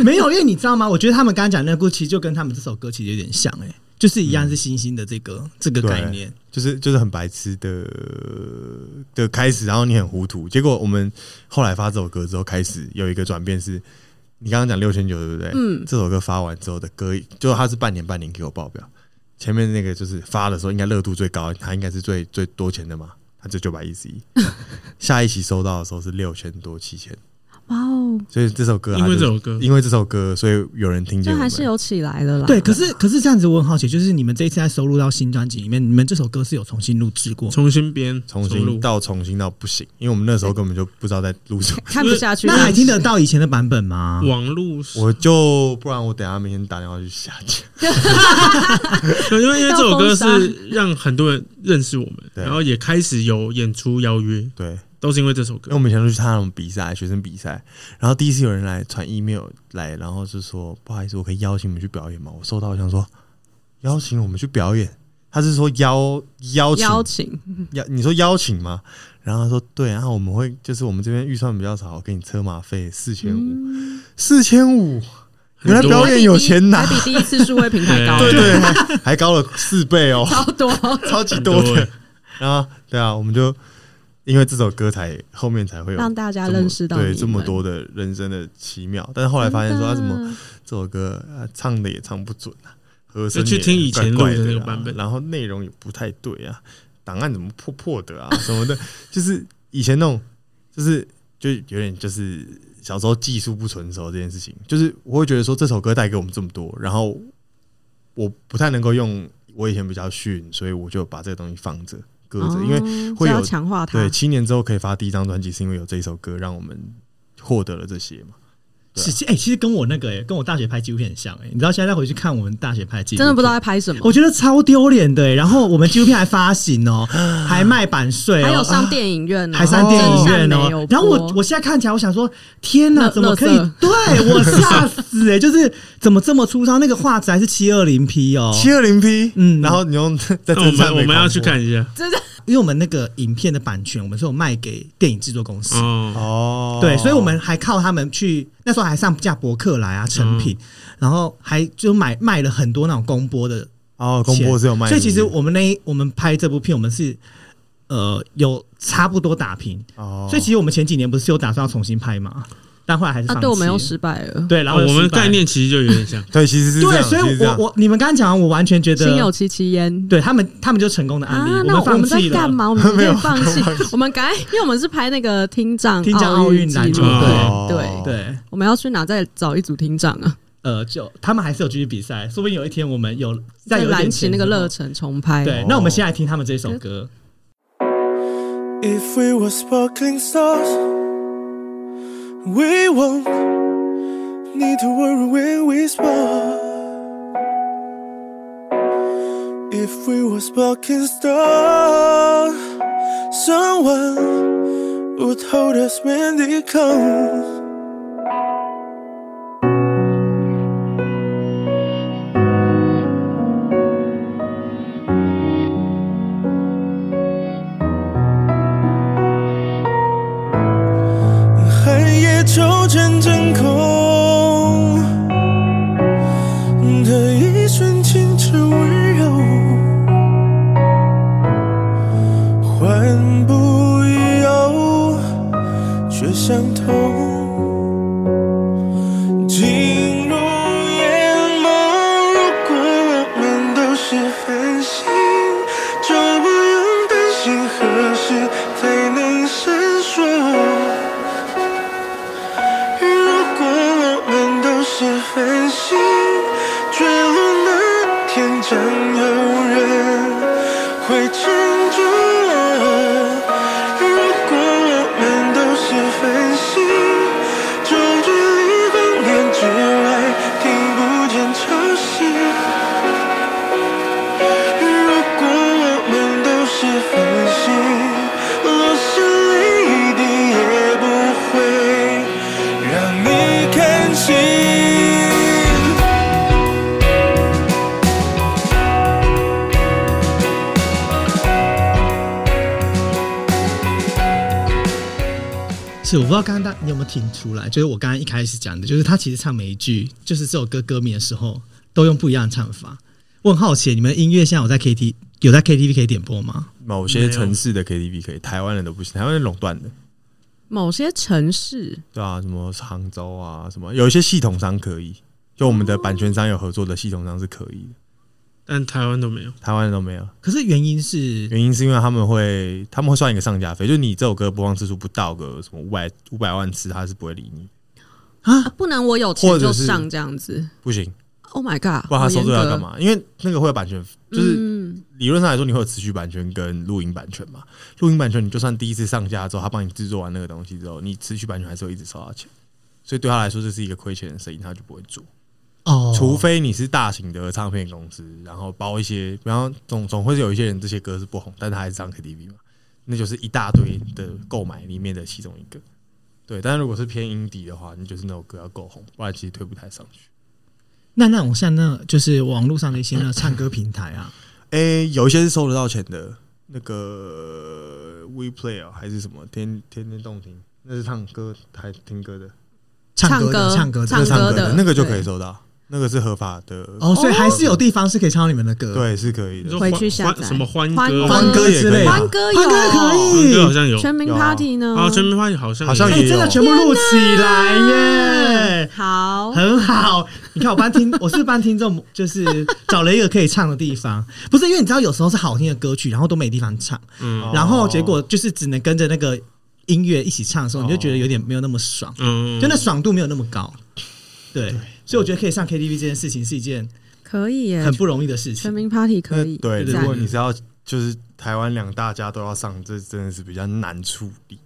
S2: <laughs> 没有，因为你知道吗？我觉得他们刚刚讲那个故事，其实就跟他们这首歌其实有点像、哎，就是一样是星星的这个、这个
S7: 对
S2: 概念。
S7: 就是就是很白痴的的开始，然后你很糊涂。结果我们后来发这首歌之后，开始有一个转变是，你刚刚讲六千九对不对？
S3: 嗯
S7: 这首歌发完之后的歌，就它是半年半年给我报表，前面那个就是发的时候应该热度最高，它应该是最最多钱的嘛，它就九百一十一。 <laughs> 下一期收到的时候是六千多七千，
S3: 哇哦，
S7: 所以这首歌它
S6: 因为
S7: 就
S6: 这首歌
S7: 因为这首歌，所以有人听见
S3: 这
S7: 我
S3: 还
S7: 们。
S3: 是有起来了啦。
S2: 对，可是可是这样子，我很好奇，就是你们这一次在收录到新专辑里面，你们这首歌是有重新录制过吗？
S6: 重新编、
S7: 重
S6: 录
S7: 新。到重新到不行，因为我们那时候根本就不知道在录什么。
S3: 看不下去，
S2: 那还听得到以前的版本吗？
S6: 网络是，
S7: 我就不然我等下明天打电话去下架。
S6: <laughs> 对因为因为这首歌
S3: 要封
S6: 是让很多人认识我们，
S7: 对
S6: 然后也开始有演出邀约，
S7: 对，因
S6: 都是因为这首歌
S7: 为。我们以前都去参加那种比赛，学生比赛，然后第一次有人来传 email 来，然后就说不好意思，我可以邀请你们去表演吗？我收到，我想说邀请我们去表演，他是说邀邀请
S3: 邀请，
S7: 邀你说邀请吗？然后他说对，然后我们会就是我们这边预算比较少，给你车马费四千五，四千五，原来
S6: 很多
S7: 表演有钱拿
S3: 还，比第一次数位平台高，
S7: 对对，还还高了四倍哦，
S3: 超多。
S7: <laughs> 超级多
S6: 很多
S7: 的
S6: 欸。
S7: 然后对啊，我们就因为这首歌才后面才会有
S3: 让大家
S7: 这么
S3: 认识到
S7: 对
S3: 你
S7: 这么
S3: 们
S7: 多的人生的奇妙。但是后来发现说，啊，怎么
S3: 真的
S7: 这首歌啊唱的也唱不准啊，和声
S6: 就去
S7: 也
S6: 听以前
S7: 怪怪
S6: 录的那个
S7: 啊
S6: 版本
S7: 然后内容也不太对啊，档案怎么破破的啊 <laughs> 什么的，就是以前那种就是就有点就是小时候技术不成熟这件事情，就是我会觉得说这首歌带给我们这么多，然后我不太能够用我以前比较逊，所以我就把这个东西放着搁着，因为
S3: 哦
S7: 会
S3: 这
S7: 有
S3: 要强化它
S7: 对，七年之后可以发第一张专辑，是因为有这一首歌让我们获得了这些嘛。对啊
S2: 是，哎、其实跟我那个、哎，跟我大学拍纪录片很像、哎，你知道现在再回去看我们大学拍的纪录片，
S3: 真的不知道在拍什
S2: 我
S3: 么。
S2: 觉得超丢脸的、哎然后我们纪录片还发行
S3: <gasps>
S2: 哦、还卖版税、哦
S3: 还有上电影院哦，
S2: 还上电影院
S3: 真善美
S2: 哦
S3: 有。
S2: 然后我
S3: 播
S2: 我现在看起来，我想说，天哪，
S3: 乐
S2: 怎么可以
S3: 乐色？
S2: 对我吓死哎、就是怎么这么粗糙？那个画质还是七二零 P 哦，
S7: 七二零 P，
S2: 嗯
S7: 嗯，然后你用在
S6: 那我
S7: 正
S6: 们
S7: 上
S6: 我们要去看一下
S2: 因为我们那个影片的版权，我们是有卖给电影制作公司。
S6: 哦，
S7: 哦，
S2: 对，所以我们还靠他们去，那时候还上架博客来啊成品，
S7: 嗯
S2: 然后还就买卖了很多那种公播的
S7: 哦公播是有卖
S2: 所
S7: 的，
S2: 以其实我们那一我们拍这部片，我们是呃有差不多打平，
S7: 哦，，
S2: 所以其实我们前几年不是有打算要重新拍嘛，但后来还是
S3: 啊，
S2: 放
S3: 对我们
S2: 弃
S3: 又失败了，
S2: 对，然后
S6: 哦
S2: 又
S6: 我
S2: 失
S6: 们
S2: 败
S6: 概念其实就有点像 <laughs>
S7: 对其实是这
S2: 对，
S7: 样
S2: 所
S7: 其
S2: 以
S7: 实这
S2: 我
S7: 样
S2: 我你们刚刚讲完，我完全觉
S3: 心有
S2: 得
S3: 戚戚焉。
S2: 啊对他们他们就成功的案例，
S3: 啊，那
S2: 放
S3: 们在
S2: 弃了
S3: 干。嘛？我们可以放弃，我们赶快，因为我们是拍那个厅长
S2: 厅长
S3: 奥
S2: 奥运
S3: 纪
S2: 篮
S3: 录
S2: 球
S3: 片
S6: 队
S3: 对
S7: 哦
S2: 对，
S3: 我们要去哪再找一组厅长啊？
S2: 呃，就他们还是有继续比赛，说不定有一天我们有再
S3: 再
S2: 有一点
S3: 燃起
S2: 钱
S3: 那个
S2: 之后
S3: 热忱重拍。
S2: 对，那我们先来听他们这首歌。
S9: If we were sparkling stars, we won't need to worry when we spark. If we were sparkling stars, someone would hold us when they come.寒夜纠缠真空的一瞬间之温柔，换不由却相同。进入眼眸，如果我们都是繁星，就不用担心何时才能闪烁。如果我们都是繁星，坠落那天将有人会庆祝。如果我们都是繁星，就距离光年之外听不见潮汐。如果我们都是繁星，落下一滴也不会让你看清。
S2: 是我不知道刚刚大你有没有听出来，就是我刚刚一开始讲的，就是他其实唱每一句，就是这首歌歌名的时候，都用不一样的唱法。我很好奇，你们音乐现在有在 K T 有在 K T V 可以点播吗？
S7: 某些城市的 KTV 可以，台湾人都不行，台湾人垄断的，
S3: 某些城市
S7: 对啊，什么杭州啊，什么有一些系统商可以，就我们的版权商有合作的系统商是可以的，
S6: 但台湾都没有。
S7: 台湾人都没有。
S2: 可是原因是
S7: 原因是因为他们会他们会算一个上架费，就是你这首歌播放次数不到个什么五百五百万次，他是不会理你，
S3: 啊，不能我有
S7: 或
S3: 钱
S7: 者
S3: 就是上这样子。
S7: 不行，
S3: Oh my god！
S7: 不然他收这个
S3: 好
S7: 要
S3: 严格
S7: 干？嘛？因为那个会有版权，就是
S3: 嗯，
S7: 理论上来说，你会有持续版权跟录音版权嘛。录音版权你就算第一次上架之后，他帮你制作完那个东西之后，你持续版权还是会一直收到钱，所以对他来说这是一个亏钱的生意，他就不会做。
S2: 哦，
S7: 除非你是大型的唱片公司，然后包一些，然后总总会有一些人这些歌是不红，但他还是上 KTV 嘛，那就是一大堆的购买里面的其中一个。对，但是如果是偏音底的话，你就是那首歌要够红，不然其实推不太上去。
S2: 那那种像那就是网络上的一些那唱歌平台啊，
S7: 诶、有一些是收得到钱的，那个 WePlay 啊、还是什么天天天动听，那是唱歌还听歌的，
S2: 唱歌的
S3: 唱
S2: 唱歌的
S3: 歌
S7: 那是唱歌
S3: 歌的
S7: 那个就可以
S3: 对
S7: 收到，那个是合法的。
S2: 哦，所以还是有地方是可以唱到你们的歌。，
S7: 对，是可以
S6: 你
S7: 的
S6: 说。
S3: 回
S6: 欢
S3: 去下
S6: 欢
S3: 载
S6: 什么欢
S3: 欢
S6: 歌吗？
S7: 欢歌也可以啊
S3: 欢，歌
S2: 欢歌可
S3: 有，
S6: 欢歌好
S2: 以，
S6: 像有
S3: 全民
S7: 有啊
S3: Party 呢？
S6: 啊，全民欢好像
S7: 好像
S6: 有
S2: 哎、真的全部录起来耶，
S3: 好，
S2: 很好。你看我班
S7: <laughs>
S2: 听，我是班听众，就是找了一个可以唱的地方，不是因为你知道有时候是好听的歌曲，然后都没地方唱，
S7: 哦
S6: 嗯
S2: 然后结果就是只能跟着那个音乐一起唱的时候，
S7: 哦
S2: 你就觉得有点没有那么爽。
S6: 嗯，
S2: 就那爽度没有那么高。对，所以我觉得可以上 KTV 这件事情是一件
S3: 可以耶
S2: 很，不容易的事
S3: 全
S2: 情。
S7: 嗯
S3: 民 Party 可以，
S7: 呃对，
S2: 对
S7: 如
S3: 赞
S7: 果你是要就是台湾两大家都要上，这真的是比较难处理，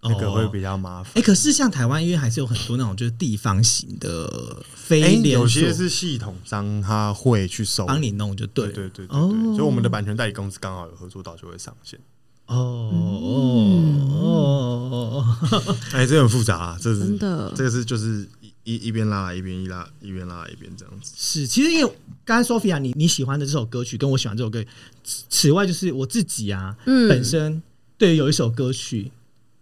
S2: 哦
S7: 那个会比较麻烦。
S2: 哎、可是像台湾，因为还是有很多那种就是地方型的非
S7: 哎，
S2: 连锁，
S7: 有些是系统商他会去收，
S2: 帮你弄就对
S7: 对
S2: 了。
S7: 对对对
S2: 哦
S7: 对，所以我们的版权代理公司刚好有合作到，就会上线。
S2: 哦哦哦哦哦！
S7: 哎，这很复杂，啊，这是
S3: 真的
S7: 这个是就是一一一边拉来一边一拉一边拉来一边这样子。
S2: 是，其实因为刚才 Sophia 你你喜欢的这首歌曲跟我喜欢这首歌曲，此此外就是我自己啊，
S3: 嗯
S7: 哎
S2: 本身对于有一首歌曲，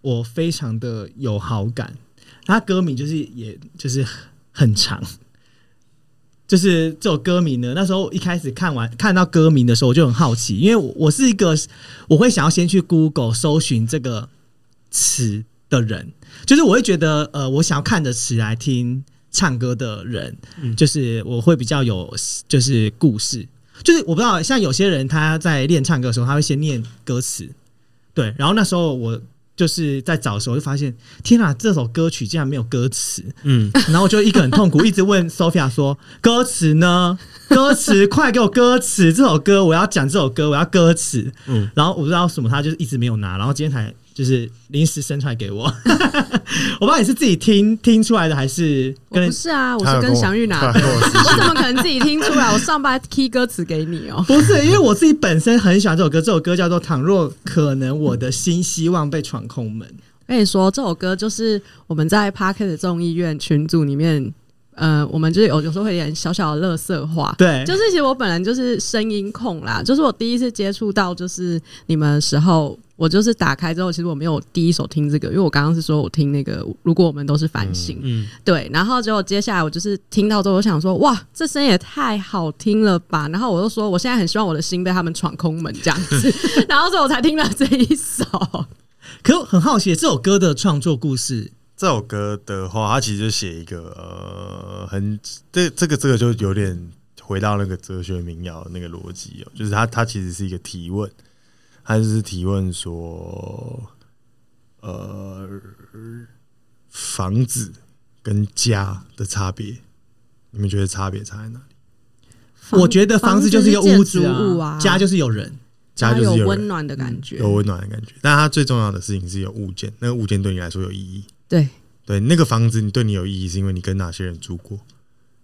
S2: 我非常的有好感。它歌名就是也就是很长，就是这首歌名呢，那时候一开始看完看到歌名的时候，我就很好奇，因为我我是一个我会想要先去 Google 搜寻这个词的人，就是我会觉得呃，我想要看着词来听唱歌的人，就是我会比较有就是故事，就是我不知道，像有些人他在练唱歌的时候，他会先念歌词，对，然后那时候我就是在找的时候就发现，天啊，这首歌曲竟然没有歌词，
S6: 嗯，
S2: 然后我就一个很痛苦，一直问 Sophia 说歌词呢？歌词，快给我歌词！这首歌我要讲，这首歌我要歌词。
S6: 嗯
S2: 嗯，然后我不知道什么，他就是一直没有拿，然后今天才就是临时生出来给我。 <laughs> 我不知道你是自己听听出来的，还是
S3: 我
S2: 跟
S3: 不是啊，我
S7: 他
S3: 是
S7: 有
S3: 跟祥玉拿
S7: 他
S3: 的
S7: 有，跟我
S3: <laughs>
S7: 私
S3: 我怎么可能自己听出来？ <laughs> 我上班 key 歌词给你哦。
S2: 不是，因为我自己本身很喜欢这首歌，这首歌叫做《倘若可能，我的新希望被闯空门》。
S3: 跟你说，这首歌就是我们在 Parket 众议院群组里面，呃，我们就是有有时候会演小小的乐色话。
S6: 哎
S2: 对，
S3: 就是其实我本来就是声音控啦，就是我第一次接触到就是你们的时候，我就是打开之后，其实我没有第一首听这个，因为我刚刚是说我听那个，如果我们都是反省，
S6: 嗯
S3: 对，然后结果接下来我就是听到之后，我想说，哇，这声音也太好听了吧！然后我就说，我现在很希望我的心被他们闯空门这样子， <laughs> 然后所以我才听了这一首。
S2: 可我很好奇这首歌的创作故事。
S7: 这首歌的话，它其实就写一个呃，很这这个这个就有点回到那个哲学民谣的那个逻辑哦，就是它它其实是一个提问，它就是提问说，呃，房子跟家的差别，你们觉得差别差在哪里？
S3: 房
S2: 我觉得房子就是一个
S3: 房
S2: 屋
S3: 子是
S2: 子
S3: 建筑物啊
S2: 家就是有人。
S7: 家就是
S3: 有
S7: 有
S3: 温
S7: 人
S3: 暖的感觉，
S7: 有温暖的感觉，但它最重要的事情是有物件，那个物件对你来说有意义。
S3: 对，
S7: 对，那个房子你对你有意义，是因为你跟哪些人住过，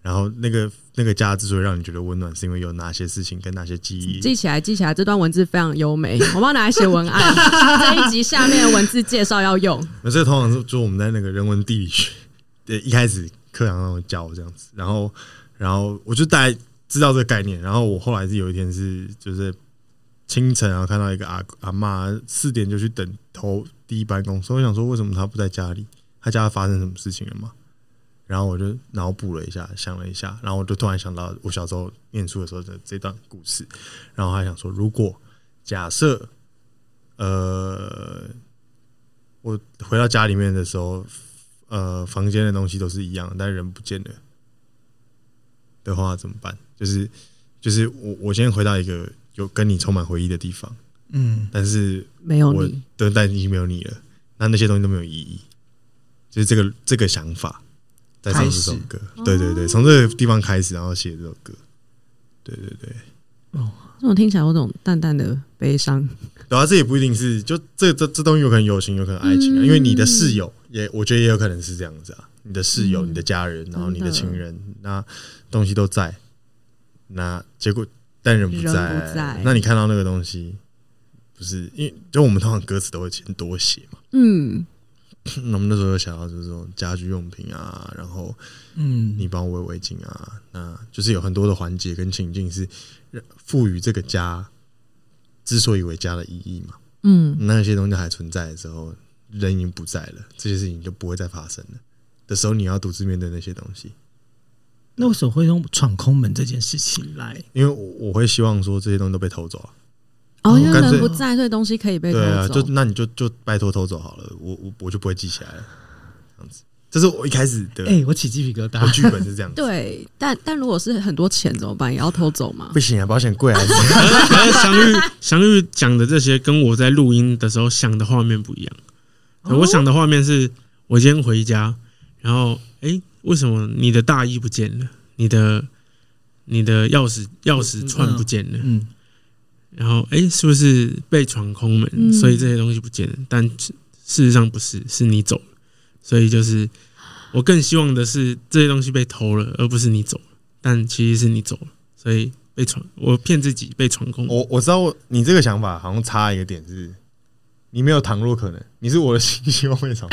S7: 然后那个那个家之所以让你觉得温暖，是因为有哪些事情跟哪些记忆。
S3: 记起来，记起来，这段文字非常优美，我帮拿来写文案，这一集下面的文字介绍要用。
S7: 那这通常是就我们在那个人文地理学对一开始课堂上会教这样子，然后然后我就大概知道这个概念，然后我后来是有一天是就是清晨啊，看到一个阿阿嬷四点就去等投第一班公车，我想说为什么她不在家里？她家发生什么事情了吗？然后我就脑补了一下，想了一下，然后我就突然想到我小时候念书的时候的这段故事，然后还想说，如果假设，呃，我回到家里面的时候，呃，房间的东西都是一样的，但人不见了的话怎么办？就是就是我我先回到一个有跟你充满回忆的地方，
S2: 嗯，
S7: 但是
S3: 没有
S7: 我
S3: 你，
S7: 对，但已经没有你了，那那些东西都没有意义，就是这个这个想法在唱这首歌，对对对，从这个地方开始，然后写这首歌，对对对，
S3: 这种听起来有种淡淡的悲伤。
S7: 然啊后这也不一定是就这这这东西有可能友情，有可能爱情、啊，因为你的室友也，我觉得也有可能是这样子啊，你的室友、
S3: 嗯
S7: 你的家人，然后你的
S3: 真的
S7: 情人，那东西都在，那结果但人不在，
S3: 人不在
S7: 那你看到那个东西，不是因为就我们通常歌词都会先多写嘛。
S3: 嗯，
S7: 那我们那时候有想到就是这种家居用品啊，然后
S2: 嗯，
S7: 你帮我围围巾啊，那就是有很多的环节跟情境是让赋予这个家之所以为家的意义嘛。
S3: 嗯，
S7: 那些东西还存在的时候，人已经不在了，这些事情就不会再发生了的时候，你要独自面对那些东西。
S2: 那为什么会用闯空门这件事情来？
S7: 因为我我会希望说这些东西都被偷走啊，
S3: 哦，因为
S7: 干脆
S3: 人不在，所以东西可以被偷
S7: 对啊，
S3: 走。
S7: 就那你就就拜托偷走好了，我我我就不会记起来了，这样子。这是我一开始的
S2: 哎、我起鸡皮疙
S7: 我
S2: 瘩。
S7: 剧本是这样子，
S3: 对，啊但但如果是很多钱怎么办？也要偷走吗
S7: 不？行啊，保险贵啊，
S6: 可是祥玉 <laughs> 祥玉讲的这些，跟我在录音的时候想的画面不一样。我想的画面是，我今天回家，然后哎、诶为什么你的大衣不见了？你的你的钥匙钥匙串不见了？
S2: 嗯，
S6: 然后哎、诶是不是被闯空门？
S3: 嗯
S6: 所以这些东西不见了？但事事实上不是，是你走了。所以就是我更希望的是这些东西被偷了，而不是你走了。但其实是你走了，所以被闯，我骗自己被闯空门。
S7: <laughs> 我我知道我你这个想法好像差一个点是，你没有倘若可能，你是我的信息后面场。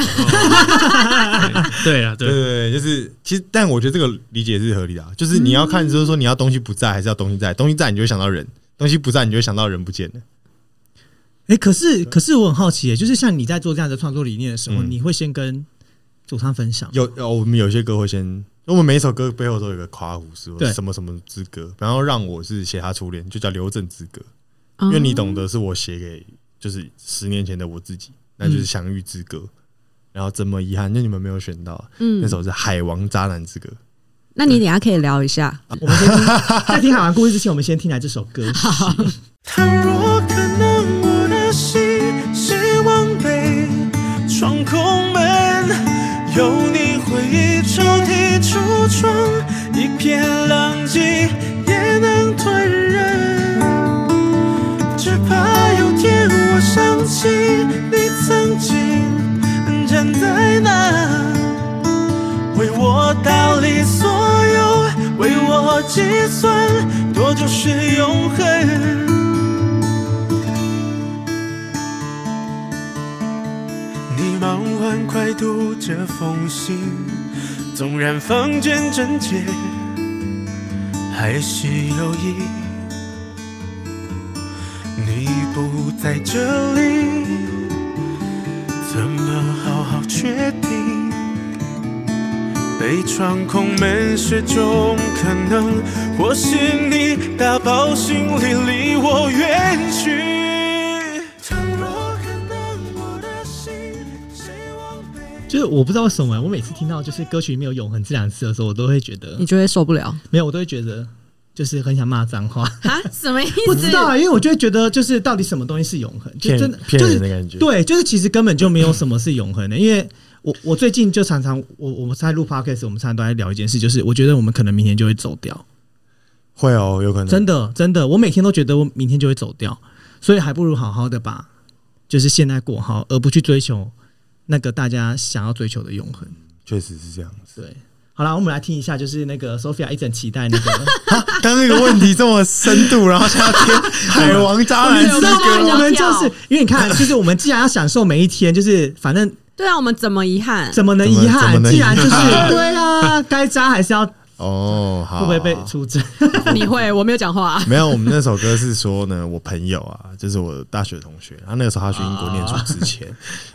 S6: 对啊，
S7: 对
S6: 对，
S7: 对对，就是其实，但我觉得这个理解是合理的、啊，就是你要看，就是说你要东西不在，还是要东西在？东西在，你就会想到人；东西不在，你就会想到人不见了。
S2: 哎、可是可是我很好奇耶，就是像你在做这样的创作理念的时候，
S7: 嗯
S2: 你会先跟主唱分享？
S7: 有有，我们有些歌会先，我们每一首歌背后都有一个夸胡说
S2: 对
S7: 什么什么之歌，然后让我是写他初恋，就叫刘正之歌，
S2: 哦
S7: 因为你懂得是我写给就是十年前的我自己，那
S2: 嗯
S7: 就是相遇之歌。然后怎么遗憾，就你们没有选到啊、
S3: 嗯
S7: 那，首是《海王渣男之歌》。
S3: 那你等一下可以聊一下。
S2: 我们先听，在听海完故事之前，我们先听来这首
S7: <laughs>
S2: 歌曲。
S9: 倘若可能，我的心是往北闯空门，有你回忆抽屉橱窗，一片狼藉也能吞忍。只怕有天我想起你曾经站在那。为我打理所有，为我计算多久是永恒。你忙完快读这封信，纵然房间整洁，还是有意。你不在这里，怎么好好确定？被闯空门是种可能，或是你打包行李离我远去。倘若可能，我的心谁往北？
S2: 就是我不知道为什么，我每次听到就是歌曲里面有“永恒”这两个字的时候，我都会觉得
S3: 你就会受不
S7: <laughs>
S3: 了
S2: 没有，我都会觉得就是很想骂脏话。
S3: <laughs> 啊？什么意思？
S2: 不知道，啊，因为我就会觉得，就是到底什么东西是永恒，就
S7: 骗
S2: 真的
S7: 骗
S2: 就
S7: 人
S2: 是
S7: 的感觉
S2: 对，就是其实根本就没有什么是永恒的，因为。我我最近就常常我我们在录 podcast，我们常常都在聊一件事，就是我觉得我们可能明天就会走掉，
S7: 会哦，有可能
S2: 真的真的，我每天都觉得我明天就会走掉，所以还不如好好的把就是现在过好，而不去追求那个大家想要追求的永恒。
S7: 确实是这样子。
S2: 对，好啦，我们来听一下，就是那个 Sophia 一直很期待那个，
S7: <laughs> 刚刚那个问题这么深度，然后现在
S2: <laughs>
S7: 听海王渣男之
S2: 你知道
S7: 歌，
S2: 吗？我们就是
S3: 我
S2: 因为你看，就是我们既然要享受每一天，就是反正
S3: 对啊，我们怎么遗憾？
S2: 怎么能遗
S7: 怎么
S2: 憾？
S7: 怎么能
S2: 既
S7: 遗
S2: 然
S7: 憾
S2: 就是对啊，该渣还是要
S7: 哦，好，
S2: 会不会被出征？
S3: <laughs> 你会，我没有讲话、啊
S7: 没有，我们那首歌是说呢，我朋友啊，就是我大学同学，他那个时候他去英国念书之前，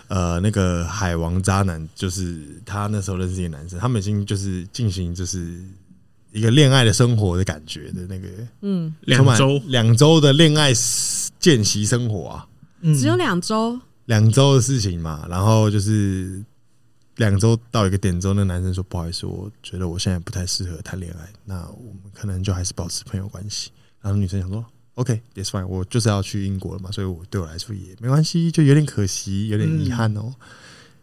S2: 啊
S7: <laughs> 呃，那个海王渣男就是他那时候认识一个男生，他们已经就是进行就是一个恋爱的生活的感觉的那个
S3: 嗯，
S6: 两
S7: 充满
S6: 周
S7: 两周的恋爱见习生活啊，
S2: 嗯
S3: 只有两周，
S7: 两周的事情嘛，然后就是两周到一个点之后，那个男生说不好意思，我觉得我现在不太适合谈恋爱，那我们可能就还是保持朋友关系。然后女生想说，OK，that's、fine，我就是要去英国了嘛，所以我对我来说也没关系，就有点可惜，有点遗憾哦。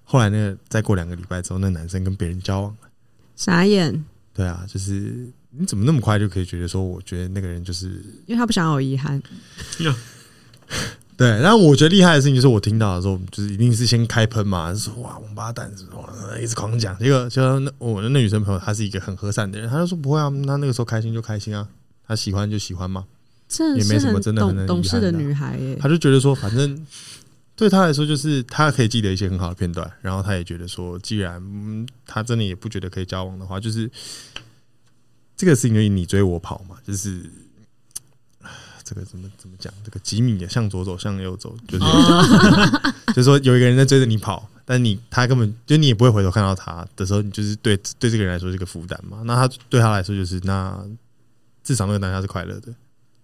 S7: 后来那个再过两个礼拜之后，那男生跟别人交往了。
S3: 傻眼，
S7: 对啊，就是你怎么那么快就可以觉得说，我觉得那个人就是
S3: 因为他不想有遗憾。
S7: 对，然后我觉得厉害的事情就是我听到的时候，就是一定是先开喷嘛，就说哇王八蛋，哇一直狂讲。结果就那我的那女生朋友，她是一个很和善的人，她就说不会啊，她那个时候开心就开心啊，她喜欢就喜欢嘛，
S3: 真的
S7: 也没
S3: 是
S7: 什么
S3: 很
S7: 真的很能
S3: 懂懂
S7: 遗
S3: 事
S7: 憾
S3: 的
S7: 的啊
S3: 女孩耶、
S7: 她就觉得说反正。对她来说，就是她可以记得一些很好的片段，然后她也觉得说，既然、嗯、她真的也不觉得可以交往的话，就是这个事情就是你追我跑嘛，就是唉这个怎么怎么讲？这个吉米也向左走，向右走，就是、就是说 <laughs> 有一个人在追着你跑，但你他根本就你也不会回头看到他的时候，你就是对对这个人来说是一个负担嘛。那他对他来说就是那至少那个当下是快乐的，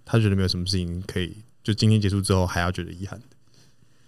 S7: 他觉得没有什么事情可以就今天结束之后还要觉得遗憾。
S2: <laughs>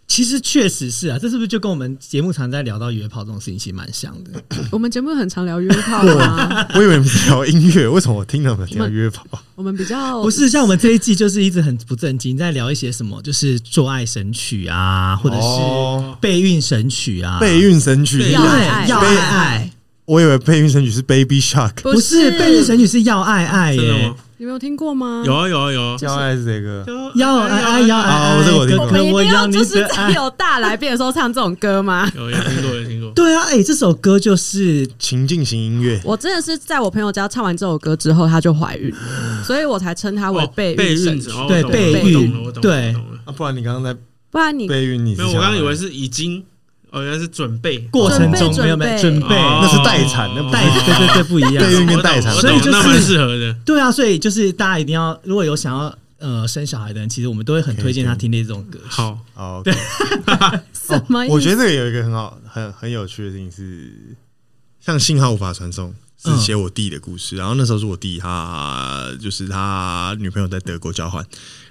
S2: 其实确实是啊，这是不是就跟我们节目常在聊到约炮这种事情其实蛮像的？
S3: 我们节目很常聊约炮啊，
S7: 我以为你们是聊音乐，为什么我听到你们聊约炮？
S3: 我们比较
S2: 不是像我们这一季就是一直很不正经，在聊一些什么就是做爱神曲啊，或者
S7: 哦
S2: 是备孕神曲啊，
S7: 备孕神曲，
S2: 对
S3: 要爱
S2: 要
S7: 备
S2: 爱爱，
S7: 我以为备孕神曲是 Baby Shark，
S2: 不是备孕神曲是要爱爱
S6: 真的
S2: 耶
S6: 吗，？
S3: 你没有听过吗？
S6: 有啊有啊有啊！
S7: 教爱是这个
S2: 要爱爱要爱
S7: 哦
S2: 爱，
S7: 这个我听
S2: 哥
S7: 过
S3: 你
S2: 哥
S3: 一
S2: 我
S3: 定要
S2: 要你
S3: 就是
S2: 的
S3: 在
S2: 爱。
S3: 有大来宾的时候唱这种歌吗？
S6: 有有听过有听过，
S2: 对啊，哎、这首歌就是
S7: 情境型音乐。
S3: 我真的是在我朋友家唱完这首歌之后，她就怀孕了，
S7: <laughs>
S3: 所以我才称她为
S6: 哦
S3: 备
S6: 备
S3: 孕
S6: 孕
S3: 神
S6: 者
S3: 曲。
S6: 哦
S2: 对
S6: 我懂了
S2: 备
S6: 我懂
S2: 孕
S6: 了我懂了，
S2: 对
S6: 我懂了。
S7: 啊，不然你刚刚在
S3: 不然你
S7: 备孕，你是
S6: 没有，我
S7: 想
S6: 刚刚以
S7: 要
S6: 为是已经，哦，原来是准备
S2: 过程中
S3: 准备
S2: 没有没有
S3: 准
S2: 准备，
S3: 备
S7: 那是待产，那不是
S2: 带对对对不一样。
S7: 备孕跟待产
S6: 我懂
S2: 所以就是
S6: 那蛮适合的。
S2: 对啊，所以就是大家一定要，如果有想要呃生小孩的人，其实我们都会很
S7: 可以
S2: 推荐他
S7: 听
S2: 听这种歌曲。 <laughs>
S6: 好，
S7: 哦，
S2: 对
S3: 什么意思？
S7: 我觉得这个有一个很好、很很有趣的事情是，像信号无法传送是
S2: 嗯
S7: 写我弟的故事，然后那时候是我弟他就是他女朋友在德国交换，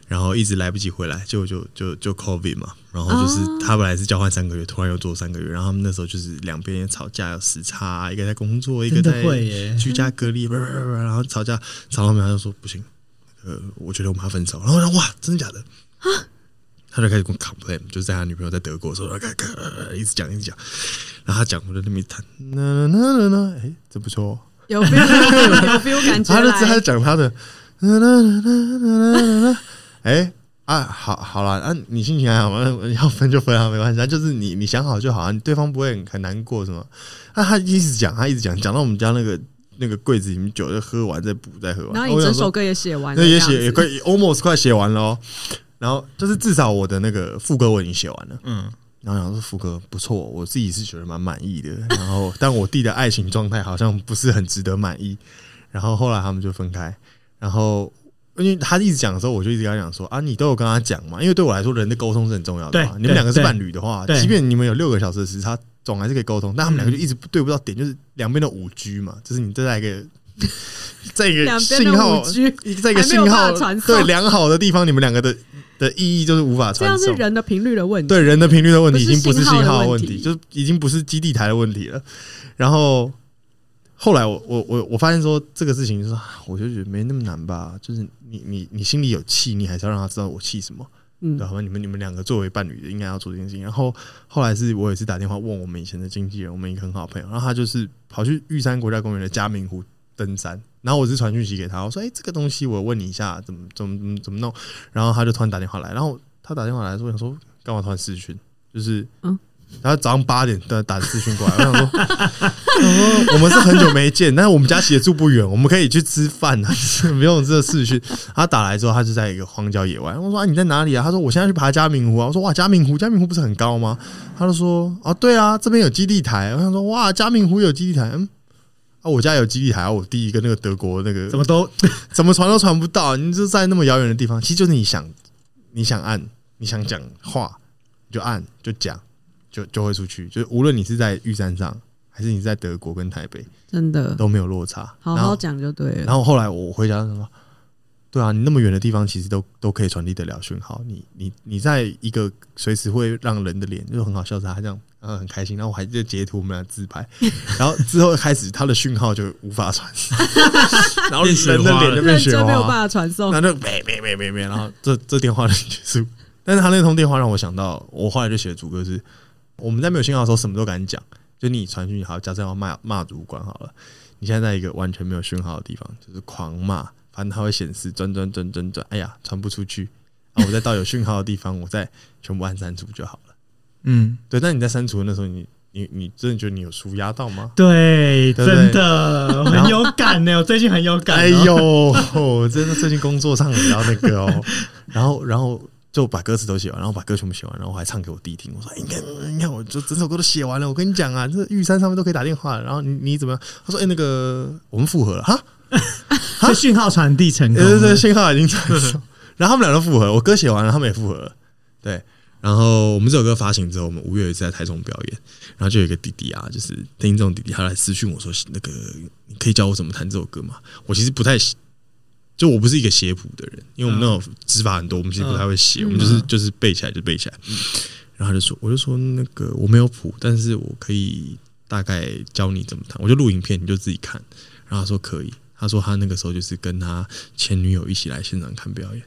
S7: 然后一直来不及回来，结果就就就 COVID 嘛，然后就是
S3: 哦
S7: 他本来是交换三个月，突然又做三个月，然后他们那时候就是两边也吵架，有时差，一个在工作，一个
S2: 真的
S7: 在
S2: 会耶
S7: 居家隔离，叭叭叭叭然后吵架吵到没有，他就说不行，呃，我觉得我们要分手，然后我说哇，真的假的？他就开始跟我 complain，就是在他女朋友在德国的时候，咔咔咔一直讲一直讲，然后他讲我就在那边弹，那那那那那，哎，这不错哦，
S3: 有 feel，有
S7: <laughs>
S3: feel 感觉
S7: 他就他
S3: 来
S7: 就。讲他的， <laughs> 那那那那那那那，哎啊，好好啦，啊，你心情还好吗？要分就分啊，没关系，啊就是你你想好就好啊，你对方不会很很难过什么？啊，他一直讲，他一直讲，讲到我们家那个那个柜子里面酒就喝完再补再喝完，
S3: 然后你
S7: 我想
S3: 整
S7: 说
S3: 首歌也写完了，
S7: 那也
S3: 这样
S7: 写
S3: 子
S7: 也快也 almost 快写完了哦。然后就是至少我的那个副歌我已经写完了，嗯。然后想说副歌不错，我自己是觉得蛮满意的。然后 <laughs> 但我弟的爱情状态好像不是很值得满意。然后后来他们就分开。然后因为他一直讲的时候，我就一直跟他讲说啊，你都有跟他讲嘛，因为对我来说人的沟通是很重要的嘛。
S2: 对
S7: 你们两个是
S2: 对
S7: 伴侣的话，
S2: 对嗯
S7: 即便你们有六个小时的时差，总还是可以沟通。但他们两个就一直对不到点，就是两边的五 G 嘛，就是你这在一个在一个
S3: 两边的
S7: 信号
S3: 5G
S7: 一个在一个
S3: 还没
S7: 信
S3: 有办
S7: 号
S3: 法传送
S7: 对良好的地方，你们两个的的意义就是无法
S3: 这
S7: 传
S3: 样是
S7: 送。
S3: 人的频率的问题。
S7: 对人的频率的问题，已
S3: 不是
S7: 经不是
S3: 信号的
S7: 号
S3: 问
S7: 问
S3: 题
S7: 就是已经不是基地台的问题了。然后后来我我我我发现说这个事情，就是啊我就觉得没那么难吧，就是你你你心里有气，你还是要让他知道我气什么。
S3: 嗯
S7: 然后你们你们两个作为伴侣的应该要做这件事情。然后后来是我也是打电话问我们以前的经纪人，我们一个很好的朋友，然后他就是跑去玉山国家公园的嘉明湖登山，然后我是传讯息给他，我说：“哎、这个东西我问你一下，怎么怎么怎么怎么弄？”然后他就突然打电话来，然后他打电话来说：“我想说干嘛突然视讯？就是
S3: 嗯
S7: 嗯。”他早上八点打打视讯过来，我想说， <laughs> 我说我们是很久没见，但是我们家其实住不远，我们可以去吃饭啊， <laughs> 不用这视讯。他打来之后，他就在一个荒郊野外。我说啊，你在哪里啊？他说我现在去爬嘉明湖啊。我说哇，嘉明湖，嘉明湖不是很高哦吗？他就说啊，对啊，这边有基地台。我想说哇，嘉明湖有基地台，嗯，啊，我家有基地台，啊我第一个那个德国那个
S2: 怎么都
S7: 怎么传都传不到，你就在那么遥远的地方，其实就是你想你想按你想讲话，你就按就讲，就就会出去。就是无论你是在玉山上，还是你是在德国跟台北，
S3: 真的，
S7: 都没有落差。
S3: 好
S7: 然
S3: 好
S7: 后
S3: 讲就对了。
S7: 然后后来我回家说，对啊，你那么远的地方其实都都可以传递得了讯号。你你你在一个随时会让人的脸就很好笑，是他这样，嗯，很开心。然后我还就截图我们俩
S3: <laughs>
S7: 自拍，然后之后开始他的讯号就无法传，然后
S6: 变雪
S7: 人的
S6: 花
S7: 脸
S6: 了
S7: 就变
S3: 认
S7: 雪
S3: 真没有办
S7: 花，
S3: 法传送，
S7: 然后就没没没没没，然后这这电话 <laughs> 就结束。但是他那通电话让我想到，我后来就写的主歌是，我们在没有信号的时候什么都敢讲，就你传讯好，假设要骂骂主管好了，你现在在一个完全没有讯号的地方，就是狂骂，反正它会显示转转转转转，哎呀，传不出去。啊，我再到有讯号的地方，我再全部按删除就好了。
S2: 嗯，
S7: 对，但你在删除的那时候，你你你真的觉得你有舒压到吗？
S2: 对，
S7: 对不对
S2: 真的很有感
S7: <laughs>
S2: 呢，我最近很有感。
S7: 哎，呦， <laughs> 真的最近工作上也要那个哦， <laughs> 然后然后就把歌词都写完，然后把歌全部写完，然后我还唱给我弟听，我说：“哎，你看，你看，我就整首歌都写完了。我跟你讲啊，这玉山上面都可以打电话了。然后你你怎么样？”他说：“哎，那个我们复合了哈。”
S2: 这讯号传递成功
S7: 对
S2: 了，
S7: 对对，信号已经传送。然后他们俩都复合了，我歌写完了，他们也复合了。对，然后我们这首歌发行之后，我们五月有一次在台中表演，然后就有一个弟弟啊，就是听众弟弟，他来私讯我说：“那个你可以教我怎么弹这首歌吗？”我其实不太，就我不是一个写谱的人，因为我们那种指法很多，我们其实不太会写，我们就是就是背起来就背起来。然后他就说，我就说那个我没有谱，但是我可以大概教你怎么弹，我就录影片，你就自己看。然后他说可以，他说他那个时候就是跟他前女友一起来现场看表演。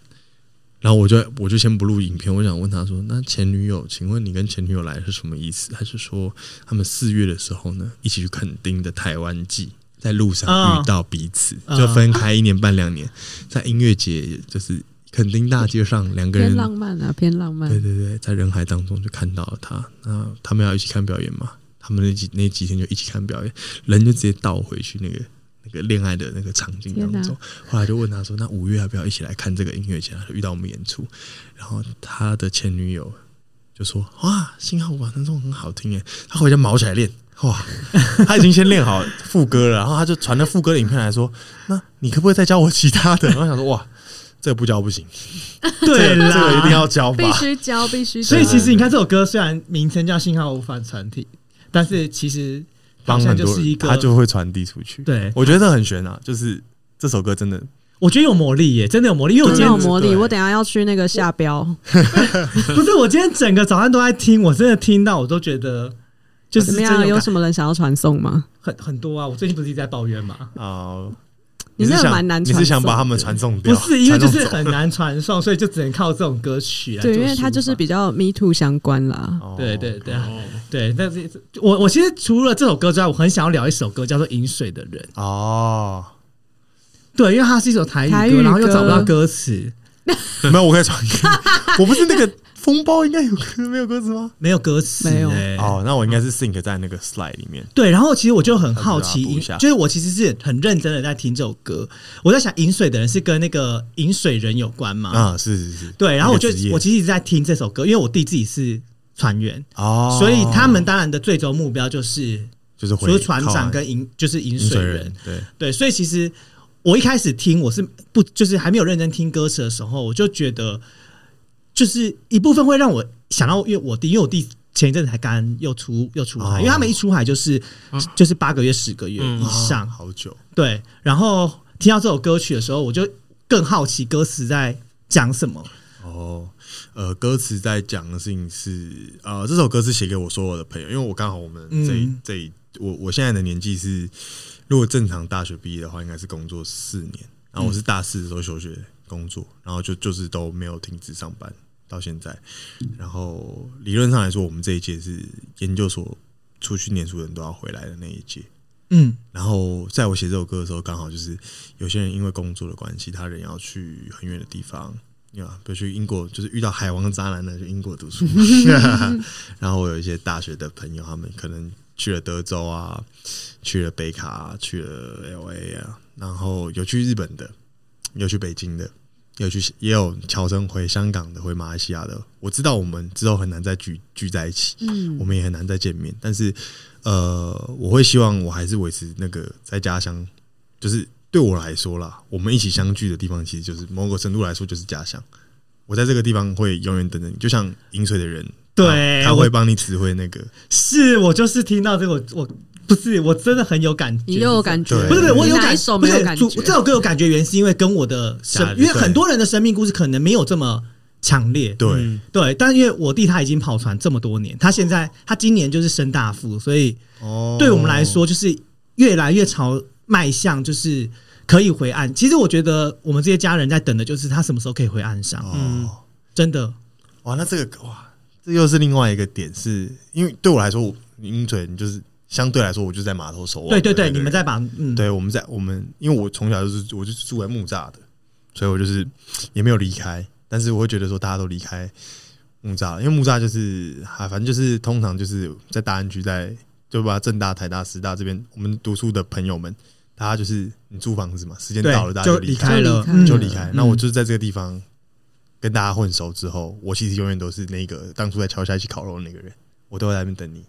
S7: 然后我就我就先不录影片，我想问他说，那前女友，请问你跟前女友来是什么意思？他是说他们四月的时候呢，一起去垦丁的台湾季，在路上遇到彼此，
S2: 嗯
S7: 就分开一年半两年，在音乐节就是垦丁大街上两个
S3: 偏
S7: 人
S3: 浪漫啊，偏浪漫
S7: 对。对对，在人海当中就看到了他。那他们要一起看表演嘛？他们那几那几天就一起看表演，人就直接倒回去那个那个恋爱的那个场景当
S3: 天
S7: 中。后来就问他说：“那五月要不要一起来看这个音乐节？”他就遇到我们演出，然后他的前女友就说：“哇，幸好我把那种很好听耶！”他回家毛起来练。
S3: <laughs>
S7: 哇，他已经先练好副歌了，然后他就传了副歌的影片来说：“那你可不可以再教我其他的？”然后想说：“哇，这个不教不行，
S2: 对
S7: 这个
S2: 啦，
S7: 这个一定要教吧。”
S3: 必须教，必须教。
S2: 所以其实你看这首歌虽然名称叫《信号无法传递》，但是其实好
S7: 帮
S2: 像
S7: 很多
S2: 就
S7: 人，
S2: 是一个，
S7: 他就会传递出去。，
S2: 对
S7: 我觉得这很悬啊，就是这首歌真的，
S2: 我觉得有魔力耶，真的有魔力。因为我
S3: 真
S2: 今
S3: 的有
S2: 天
S3: 魔力，
S7: 对
S3: 我等一下要去那个下标，
S2: 不是我今天整个早上都在听，我真的听到我都觉得就是
S3: 哦怎么
S2: 真
S3: 样？
S2: 的
S3: 有
S2: 有感
S3: 什么人想要传送吗？
S2: 很很多啊。我最近不是一直在抱怨嘛，
S7: 啊，
S3: 你
S7: 是
S3: 真的
S7: 想
S3: 蛮难
S7: 你
S3: 传
S7: 是想
S3: 送
S7: 把他们传送
S2: 不
S7: 掉？
S2: 是因为
S7: 传
S2: 就
S7: 送
S2: 是
S7: 走
S2: 很难传送，所以就只能靠这种歌曲来做
S3: 对，因为
S2: 抒
S3: 它就是
S2: 发
S3: 比较 me too 相关啦。
S7: 哦
S2: 对对对啊
S6: 哦，
S2: 对，但是我我其实除了这首歌之外，我很想要聊一首歌叫做《饮水的人》。
S7: 哦，
S2: 对，因为它是一首台语歌，
S3: 台语
S2: 然后又找不到
S3: 歌
S2: 歌词，
S7: 没有，我可以传给你。我不是
S2: <laughs>
S7: 那个风暴，应该有歌没有歌词吗？
S2: 没有歌词、
S3: 没有
S2: 欸
S7: 哦，那我应该是 think 在那个 slide 里面。
S2: 对，然后其实我就很好奇，
S7: 还是要补
S2: 饮
S7: 一下
S2: 就是我其实是很认真的在听这首歌，我在想饮水的人是跟那个饮水人有关吗？
S7: 啊，是是是，
S2: 对，然后我就
S7: 那个职业
S2: 我其实一直在听这首歌，因为我弟自己是船员，
S7: 哦，
S2: 所以他们当然的最终目标就是
S7: 就是
S2: 除了
S7: 回
S2: 船
S7: 靠
S2: 长
S7: 岸
S2: 跟饮就是饮
S7: 饮
S2: 水
S7: 水
S2: 人
S7: 人，，对，
S2: 对，所以其实我一开始听我是不就是还没有认真听歌词的时候，我就觉得就是一部分会让我想到，因为我弟，因为我弟前一阵子才刚又出又出海，
S7: 哦嗯
S2: 因为他们一出海就是、
S6: 啊
S2: 就是八个月、十个月以上，
S7: 哦好久，
S2: 对。然后听到这首歌曲的时候，我就更好奇歌词在讲什么。
S7: 哦，呃，歌词在讲的事情是，呃，这首歌是写给我所有的朋友，因为我刚好我们这一、
S2: 嗯
S7: 这一我我现在的年纪是，如果正常大学毕业的话，应该是工作四年，然后我是大四的时候休学工作，然后就就是都没有停止上班到现在，然后理论上来说，我们这一届是研究所出去念书的人都要回来的那一届，
S2: 嗯，
S7: 然后在我写这首歌的时候，刚好就是有些人因为工作的关系，他人要去很远的地方，啊，比如去英国，就是遇到海王渣男呢，去英国读书。 <laughs> 然后我有一些大学的朋友，他们可能去了德州啊，去了北卡、啊，去了 L A 啊，然后有去日本的，有去北京的，也有去也有侨生回香港的，回马来西亚的。我知道我们之后很难再聚聚在一起，
S3: 嗯
S7: 我们也很难再见面。但是，呃，我会希望我还是维持那个在家乡，就是对我来说啦，我们一起相聚的地方，其实就是某个程度来说就是家乡。我在这个地方会永远等着你，就像饮水的人，
S2: 对
S7: 他他
S2: 我
S7: 会帮你指挥那个。
S2: 是我就是听到这个，我我不是我真的很有感觉，
S3: 你又有感觉，
S7: 对
S2: 不是不是，我有
S3: 你哪
S2: 感
S3: 一首没有感
S2: 不
S3: 觉？
S2: 是主这首歌有感觉，原因是因为跟我的生
S7: 家，人
S2: 因为
S7: 对
S2: 很多人的生命故事可能没有这么强烈，
S7: 对，
S6: 嗯
S2: 对。但因为我弟他已经跑船这么多年，他现在他今年就是升大副，所以
S7: 哦
S2: 对我们来，说就是越来越朝迈向就是可以回岸。其实我觉得我们这些家人在等的就是他什么时候可以回岸上，
S7: 哦。
S6: 嗯
S2: 真的。
S7: 哇，那这个哇，这又是另外一个点是，因为对我来说，我鹰嘴你就是相对来说，我就在码头守望的
S2: 对
S7: 那个
S2: 对
S7: 人。
S2: 对，你们在把嗯，
S7: 对我们在我们，因为我从小就是我就是住在木栅的，所以我就是也没有离开，但是我会觉得说大家都离开木栅了，因为木栅就是啊，反正就是通常就是在大安区在就把正大、台大、师大这边我们读书的朋友们，大家就是你租房子嘛，时间
S2: 对
S7: 到了大家
S2: 就
S7: 离
S2: 离
S7: 开
S2: 开了，
S3: 嗯
S7: 就离开。那
S2: 嗯
S7: 我就是在这个地方跟大家混熟之后，我其实永远都是那个当初在桥下一起烤肉的那个人，我都会在那边等你。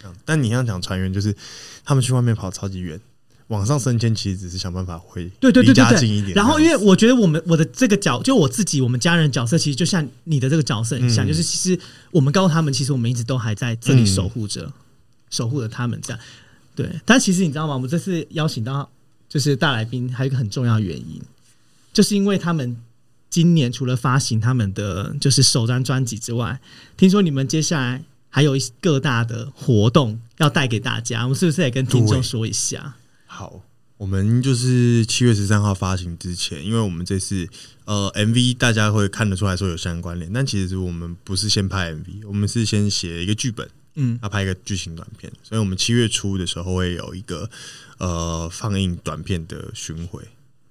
S7: 这样但你要讲船员，就是他们去外面跑超级远，往上升迁其实只是想办法回
S2: 对对
S7: 离
S2: 对对
S7: 家近一
S2: 对，
S7: 点。
S2: 然后
S7: 这
S2: 因
S7: 样
S2: 为我觉得我们我的这个角，就我自己我们家人角色，其实就像你的这个角色很像，
S7: 嗯
S2: 就是其实我们告诉他们，其实我们一直都还在这里守护
S7: 嗯
S2: 着，守护着他们这样。对，但其实你知道吗？我们这次邀请到就是大来宾，还有一个很重要的原因，就是因为他们今年除了发行他们的就是首张专辑之外，听说你们接下来还有一些各大的活动要带给大家，我们是不是也跟听众
S7: 对
S2: 说一下？
S7: 好，我们就是七月十三号发行之前，因为我们这次呃 MV 大家会看得出来说有相关联，但其实我们不是先拍 MV，我们是先写一个剧本，
S2: 嗯，
S7: 要拍一个剧情短片，所以我们七月初的时候会有一个呃放映短片的巡回，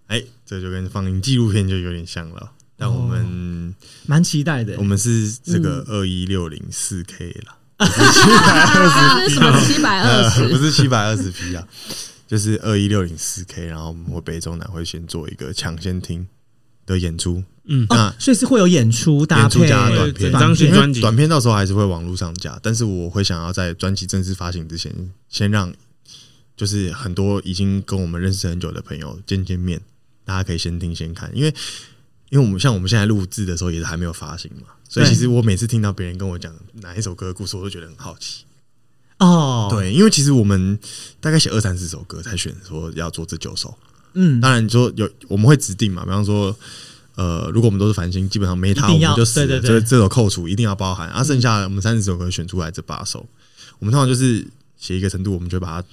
S7: 哎、这就跟放映纪录片就有点像了。但我
S2: 哦
S7: 们、
S2: 蛮期待的
S7: 我。们是这个
S2: 嗯
S7: 二一六零四 K 啦，
S3: 啊，那是什么七百
S7: <laughs>
S3: 二
S7: 呃，不
S3: 十？
S7: 是七百二十 P 啊， <laughs> 就是二一六零四 K，然后我们会北中南会先做一个抢先听的演出，
S6: 嗯
S7: 那
S2: 所以是会有演出搭
S7: 演出
S2: 配
S7: 加短
S6: 对
S7: 片，
S6: 整张新专辑
S7: 短片到时候还是会网络上架，但是我会想要在专辑正式发行之前，先让就是很多已经跟我们认识很久的朋友见见面，大家可以先听先看，因为因为我们像我们现在录制的时候也是还没有发行嘛，所以
S2: 对
S7: 其实我每次听到别人跟我讲哪一首歌的故事，我都觉得很好奇。
S2: 哦，，
S7: 对，因为其实我们大概写二三十首歌才选说要做这九首，
S2: 嗯，
S7: 当然你说有我们会指定嘛，比方说。呃，如果我们都是繁星，基本上没它
S2: 一
S7: 我
S2: 定要
S7: 们就死了，
S2: 对对对
S7: 就是这首扣除一定要包含，啊，剩下的我们三十首歌选出来这八首，我们通常就是写一个程度，我们就把它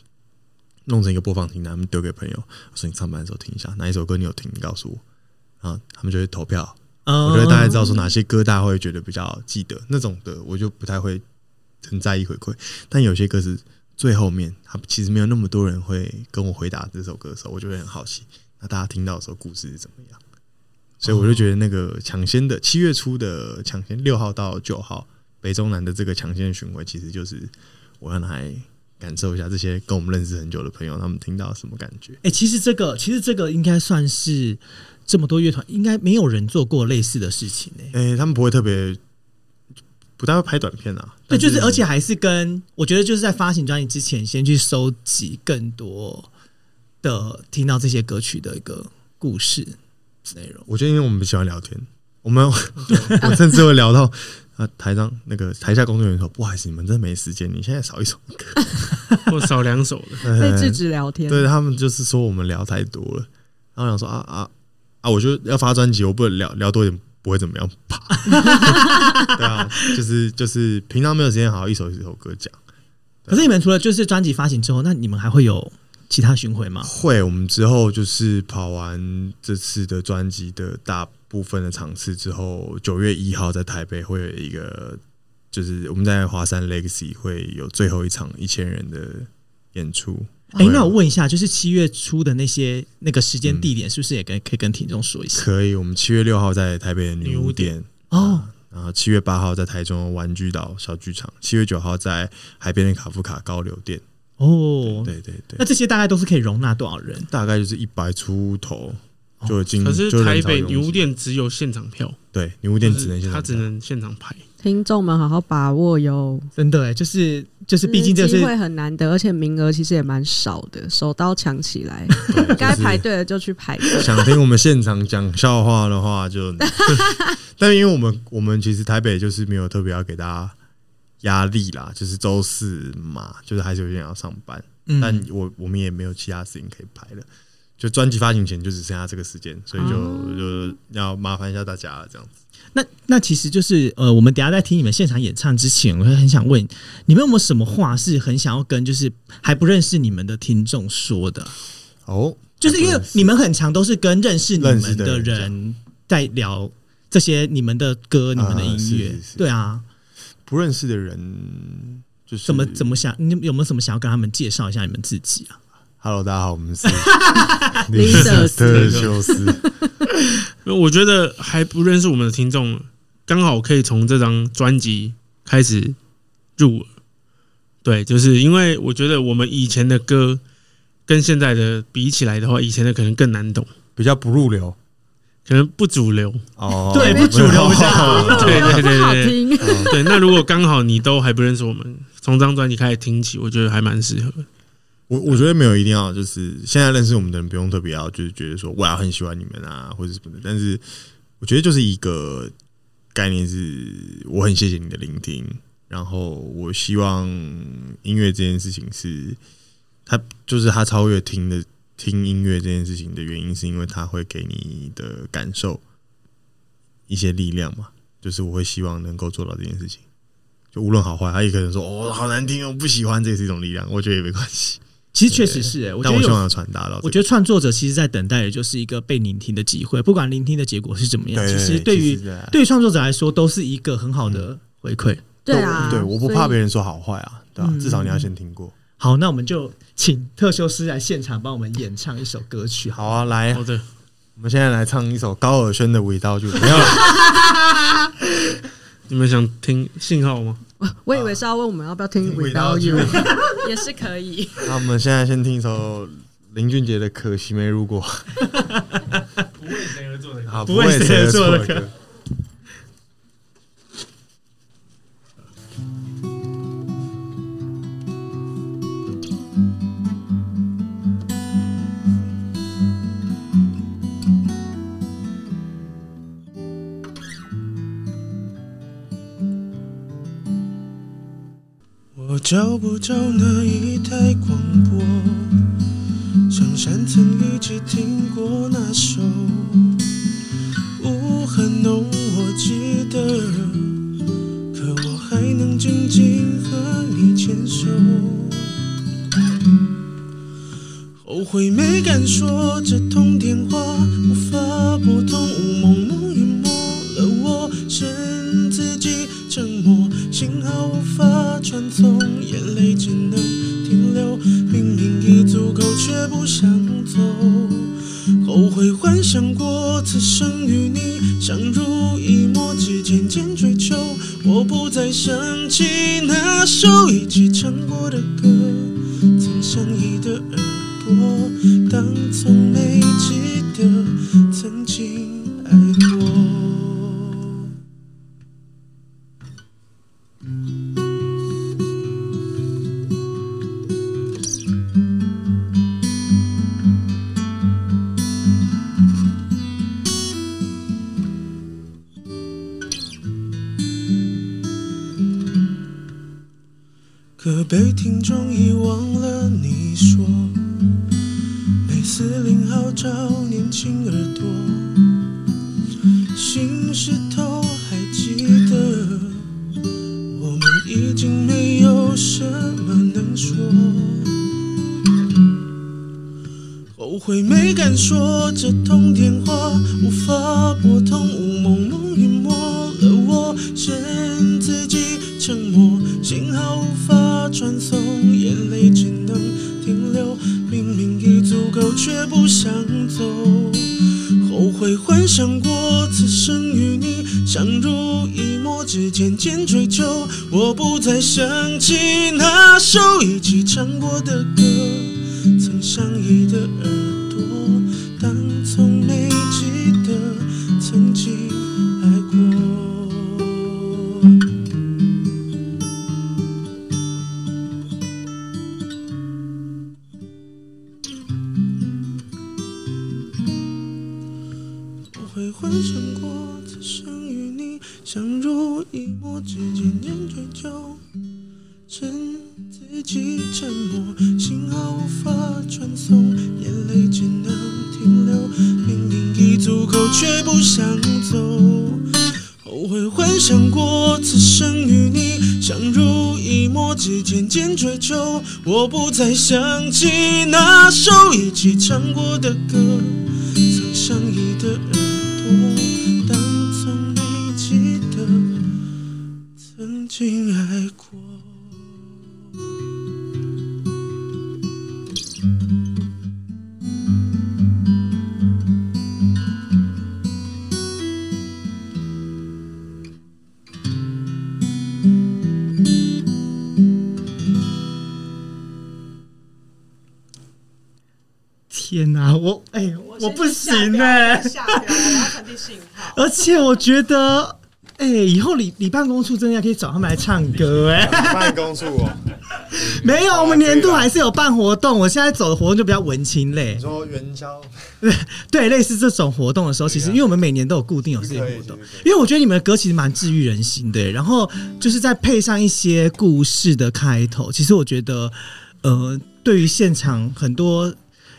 S7: 弄成一个播放清单，我们丢给朋友，我说你上班的时候听一下，哪一首歌你有听，你告诉我，啊，他们就会投票，
S2: 哦
S7: 我就会大概知道说哪些歌大家会觉得比较记得，那种的我就不太会很在意回馈，但有些歌是最后面，他其实没有那么多人会跟我回答这首歌的时候，我就会很好奇，那大家听到的时候故事是怎么样？所以我就觉得那个抢先的七月初的抢先六号到九号北中南的这个抢先巡回，其实就是我让来感受一下这些跟我们认识很久的朋友，他们听到什么感觉？
S2: 哎、其实这个其实这个应该算是这么多乐团应该没有人做过类似的事情哎、
S7: 诶、他们不会特别不太会拍短片啊，
S2: 对，
S7: 但
S2: 就是而且还是跟我觉得就是在发行专辑之前，先去收集更多的听到这些歌曲的一个故事内容。
S7: 我觉得因为我们喜欢聊天，我们 <laughs> 我甚至会聊到啊，台上那个台下工作人员说：“不好意思，你们真的没时间，你现在少一首。
S6: 或少两首的，
S7: 呃
S3: 被制止聊天，
S7: 对他们就是说我们聊太多了，然后我想说啊啊啊，我就要发专辑，我不能聊聊多一点不会怎么样吧？ <laughs> 对啊，就是就是平常没有时间好好一首一首歌讲。
S2: 可是你们除了就是专辑发行之后，那你们还会有其他巡回吗？
S7: 会，我们之后就是跑完这次的专辑的大部分的场次之后，九月一号在台北会有一个，就是我们在华山 Legacy 会有最后一场一千人的演出。
S2: 哎、
S7: 会
S2: 那我问一下，就是七月初的那些那个时间
S7: 嗯
S2: 地点，是不是也跟可以跟听众说一下？
S7: 可以，我啊们七月六号在台北的女
S6: 女
S7: 巫
S6: 巫
S7: 店
S2: 哦，
S7: 然后七月八号在台中的玩具岛小剧场，七月九号在海边的卡夫卡高流店。
S2: 哦，
S7: 对对对
S2: 那，这些大概都是可以容纳多少人？
S7: 大概就是一百出头。就已经
S6: 哦可是
S7: 就人
S6: 台
S7: 潮
S6: 北
S7: 拥
S6: 女巫
S7: 挤
S6: 店只有现场票，
S7: 对女巫店只
S6: 就
S7: 能
S6: 是
S7: 现
S6: 它
S7: 场
S6: 只能现场排。
S3: 听众们好好把握哟，
S2: 真的
S10: 欸
S2: 哎，就是就是，毕竟这
S3: 嗯机
S2: 是
S3: 会很难得，而且名额其实也蛮少的，手刀抢起来，
S7: 票对
S3: 该
S7: 就是
S3: 排队的就去排队。
S7: 想听我们现场讲笑话的话
S10: <laughs>
S7: 就，但因为我们我们其实台北就是没有特别要给大家压力啦，就是周四嘛，就是还是有些人要上班，
S10: 嗯
S7: 但我我们也没有其他事情可以排了，就专辑发行前就只剩下这个时间，所以就、
S10: 哦
S7: 就要麻烦一下大家了这样子。
S10: 那那其实就是呃，我们等一下在听你们现场演唱之前，我会很想问你们有没有什么话是很想要跟就是还不认识你们的听众说的啊？
S7: 哦，
S10: 就是因为你们很常都是跟认识你
S7: 认识
S10: 们
S7: 的人
S10: 人在聊这些你们的歌、你们的
S7: 啊
S10: 音乐，
S7: 是是是
S10: 对啊，
S7: 不认识的人就是
S10: 怎么怎么想？你有没有什么想要跟他们介绍一下你们自己啊？
S7: ？Hello，大家好，
S10: <laughs>
S7: 我们是
S3: 林德斯
S7: 特修斯，
S6: 因为我觉得还不认识我们的听众，刚好可以从这张专辑开始入耳。对，就是因为我觉得我们以前的歌跟现在的比起来的话，以前的可能更难懂，
S7: <laughs> 比较不入流
S6: 可能不主流。
S7: 哦，
S10: 对不主流不
S7: 哦
S6: 对对对
S3: 不好
S6: 对对哦
S3: 听，
S6: 对，那如果刚好你都还不认识我们，从这张专辑开始听起，我觉得还蛮适合的。
S7: 我我觉得没有一定要，就是现在认识我们的人不用特别要，就是觉得说哇很喜欢你们啊，或者什么的。但是我觉得就是一个概念是，我很谢谢你的聆听，然后我希望音乐这件事情是它就是它超越听的听音乐这件事情的原因，是因为它会给你的感受一些力量嘛。就是我会希望能够做到这件事情，就无论好坏，他也可能说哦好难听哦不喜欢，这也是一种力量，我觉得也没关系。
S10: 其实确实是、欸，我觉
S7: 但
S10: 得
S7: 我希望
S10: 有
S7: 有传达到这个、
S10: 我觉得创作者其实在等待的就是一个被聆听的机会，不管聆听的结果是怎么样，
S7: 对
S10: 其实嗯对于对于创作者来说都是一个很好的回馈。
S3: <laughs> 对啊，
S7: 对，我不
S3: 所以
S7: 怕别人说好坏啊，对啊
S10: 嗯，
S7: 至少你要先听过。
S10: 好，那我们就请特修斯来现场帮我们演唱一首歌曲，好
S7: 好啊，来
S6: 好，的，
S7: 我们现在来唱一首高尔宣的《味道》，就不要了
S6: 你们想听信号吗？
S3: 我以为是要问我们要不要听
S7: Without
S3: Without
S2: <laughs>
S7: You
S3: You，也是可以。
S7: 那我们现在先听一首林俊杰的《可惜没如果》
S6: 不为谁而做的
S7: 啊，
S10: 不为谁而作的
S7: 不为谁
S10: 歌
S7: 而歌。
S9: 我找不着那一台广播，上山曾一起听过那首，雾很浓，我记得，可我还能静静和你牵手。后悔没敢说这通电话，无法拨通，雾蒙蒙淹没了我，剩自己沉默，幸好无法传送，眼泪只能停留，明明已足够，却不想走。后悔幻想过此生与你相濡以沫，只渐渐追求，我不再想起那首一起唱过的歌。曾相依的耳朵，当从没记得曾经爱过。可被听众遗忘了你说，每次零号找年轻耳朵，心事头还记得，我们已经没有什么能说。后悔没敢说这通电话，无法拨通，雾蒙蒙淹没了我，剩自己沉默，信号无法传送，眼泪只能停留，明明已足够，却不想走。后悔幻想过此生与你相濡以沫，只渐渐追求，我不再想起那首一起唱过的歌。曾相依的耳朵，当从没会幻想过此生与你相濡以沫，之间仍追究，趁自己沉默，幸好无法传送，眼泪只能停留，明明已足够，却不想走。后悔幻想过此生与你相濡以沫，指尖间追求。我不再想起那首一起唱过的歌，曾相依的耳朵，当从没记得曾经爱过。
S2: 天哪、我哎、我不行
S10: 欸
S2: 哎、
S3: 下标，我要传递信号。
S2: 而且我觉得，哎、以后理理办公处真的要可以找他们来唱歌
S10: 欸 <laughs>
S2: 哎、
S7: 办公处哦，
S2: 没有，我们年度还是有办活动。我现在走的活动就比较文青类
S8: 你，说元宵，
S2: 对，类似这种活动的时候，其实因为我们每年都有固定有这些活动，因为我觉得你们的歌其实蛮治愈人心的耶。然后就是再配上一些故事的开头，其实我觉得，呃，对于现场很多，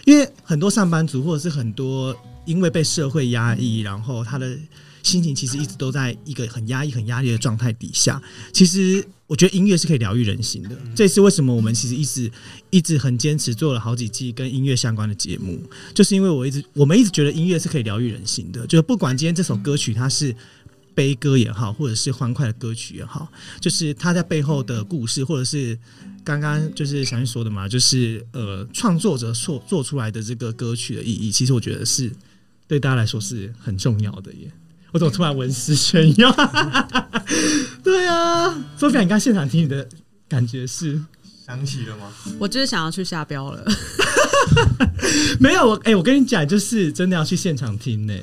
S2: 因为很多上班族或者是很多因为被社会压抑，然后他的心情其实一直都在一个很压抑、很压力的状态底下。其实我觉得音乐是可以疗愈人心的，这也是为什么我们其实一直一直很坚持做了好几季跟音乐相关的节目，就是因为我一直我们一直觉得音乐是可以疗愈人心的，就是不管今天这首歌曲它是。悲歌也好，或者是欢快的歌曲也好，就是它在背后的故事，或者是刚刚就是小云说的嘛，就是呃，创作者做做出来的这个歌曲的意义，其实我觉得是对大家来说是很重要的耶。我怎么突然文思泉涌？ <laughs> 对啊，周菲亚，你刚现场听你的感觉是
S7: 想起了吗？
S3: 我就是想要去下标了， <laughs>
S2: 没有我？哎、我跟你讲，就是真的要去现场听呢。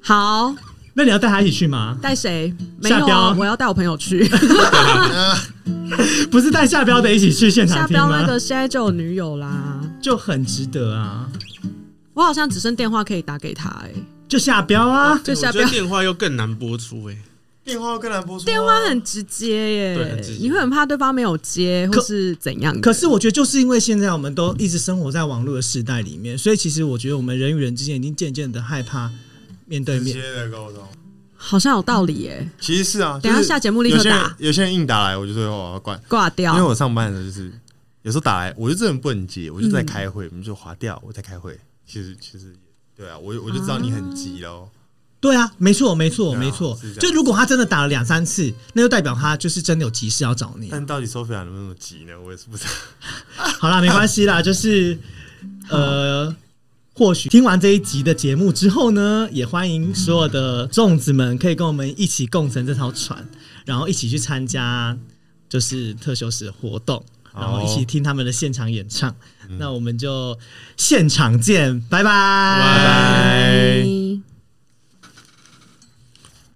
S3: 好，
S2: 那你要带他一起去吗？
S3: 带谁？没
S2: 下
S3: 有
S2: 标
S3: 啊，我要带我朋友去。
S2: 不是带下标的一起去现场
S3: 下
S2: 听
S3: 标
S2: 吗？
S3: 那个现在就有女友啦，
S2: 就很值得啊，
S3: 我好像只剩电话可以打给他、欸，哎，
S2: 就下标啊。
S3: 就下
S6: 我觉
S3: 标
S6: 得。电话又更难播出哎，
S7: 电话更难播出、
S3: 电话很直接耶、
S6: 对很直接
S3: 你会很怕对方没有接
S2: 可
S3: 或是怎样的
S2: 可是我觉得，就是因为现在我们都一直生活在网络的时代里面，所以其实我觉得我们人与人之间已经渐渐的害怕面对
S7: 直接
S2: 面。
S7: 的沟通，
S3: 好像有道理耶、
S7: 其实是啊，
S3: 等一下
S7: 就是
S3: 下节目立刻
S7: 有些人
S3: 打
S7: 有些人硬打来，我就最后我要关，
S3: 挂
S7: 因
S3: 掉
S7: 为。我上班的时候就是有时候打来，我就真的不能接，我就在开会，我们就划掉，我在开会。其实其实也对啊，我我就知道你很急喽。
S2: 对啊，没错，没错，
S7: 对啊
S2: 没错
S7: 是这。样
S2: 就如果他真的打了两三次，那就代表他就是真的有急事要找你。
S7: 但到底 Sophia 能不能急呢？我也是不知道。
S2: <laughs> 好啦，没关系啦，就是呃，或许听完这一集的节目之后呢，也欢迎所有的粽子们可以跟我们一起共乘这条船，然后一起去参加就是特修室的活动，然后一起听他们的现场嗯演唱。那我们就现场见，拜拜
S3: 哎
S7: 拜。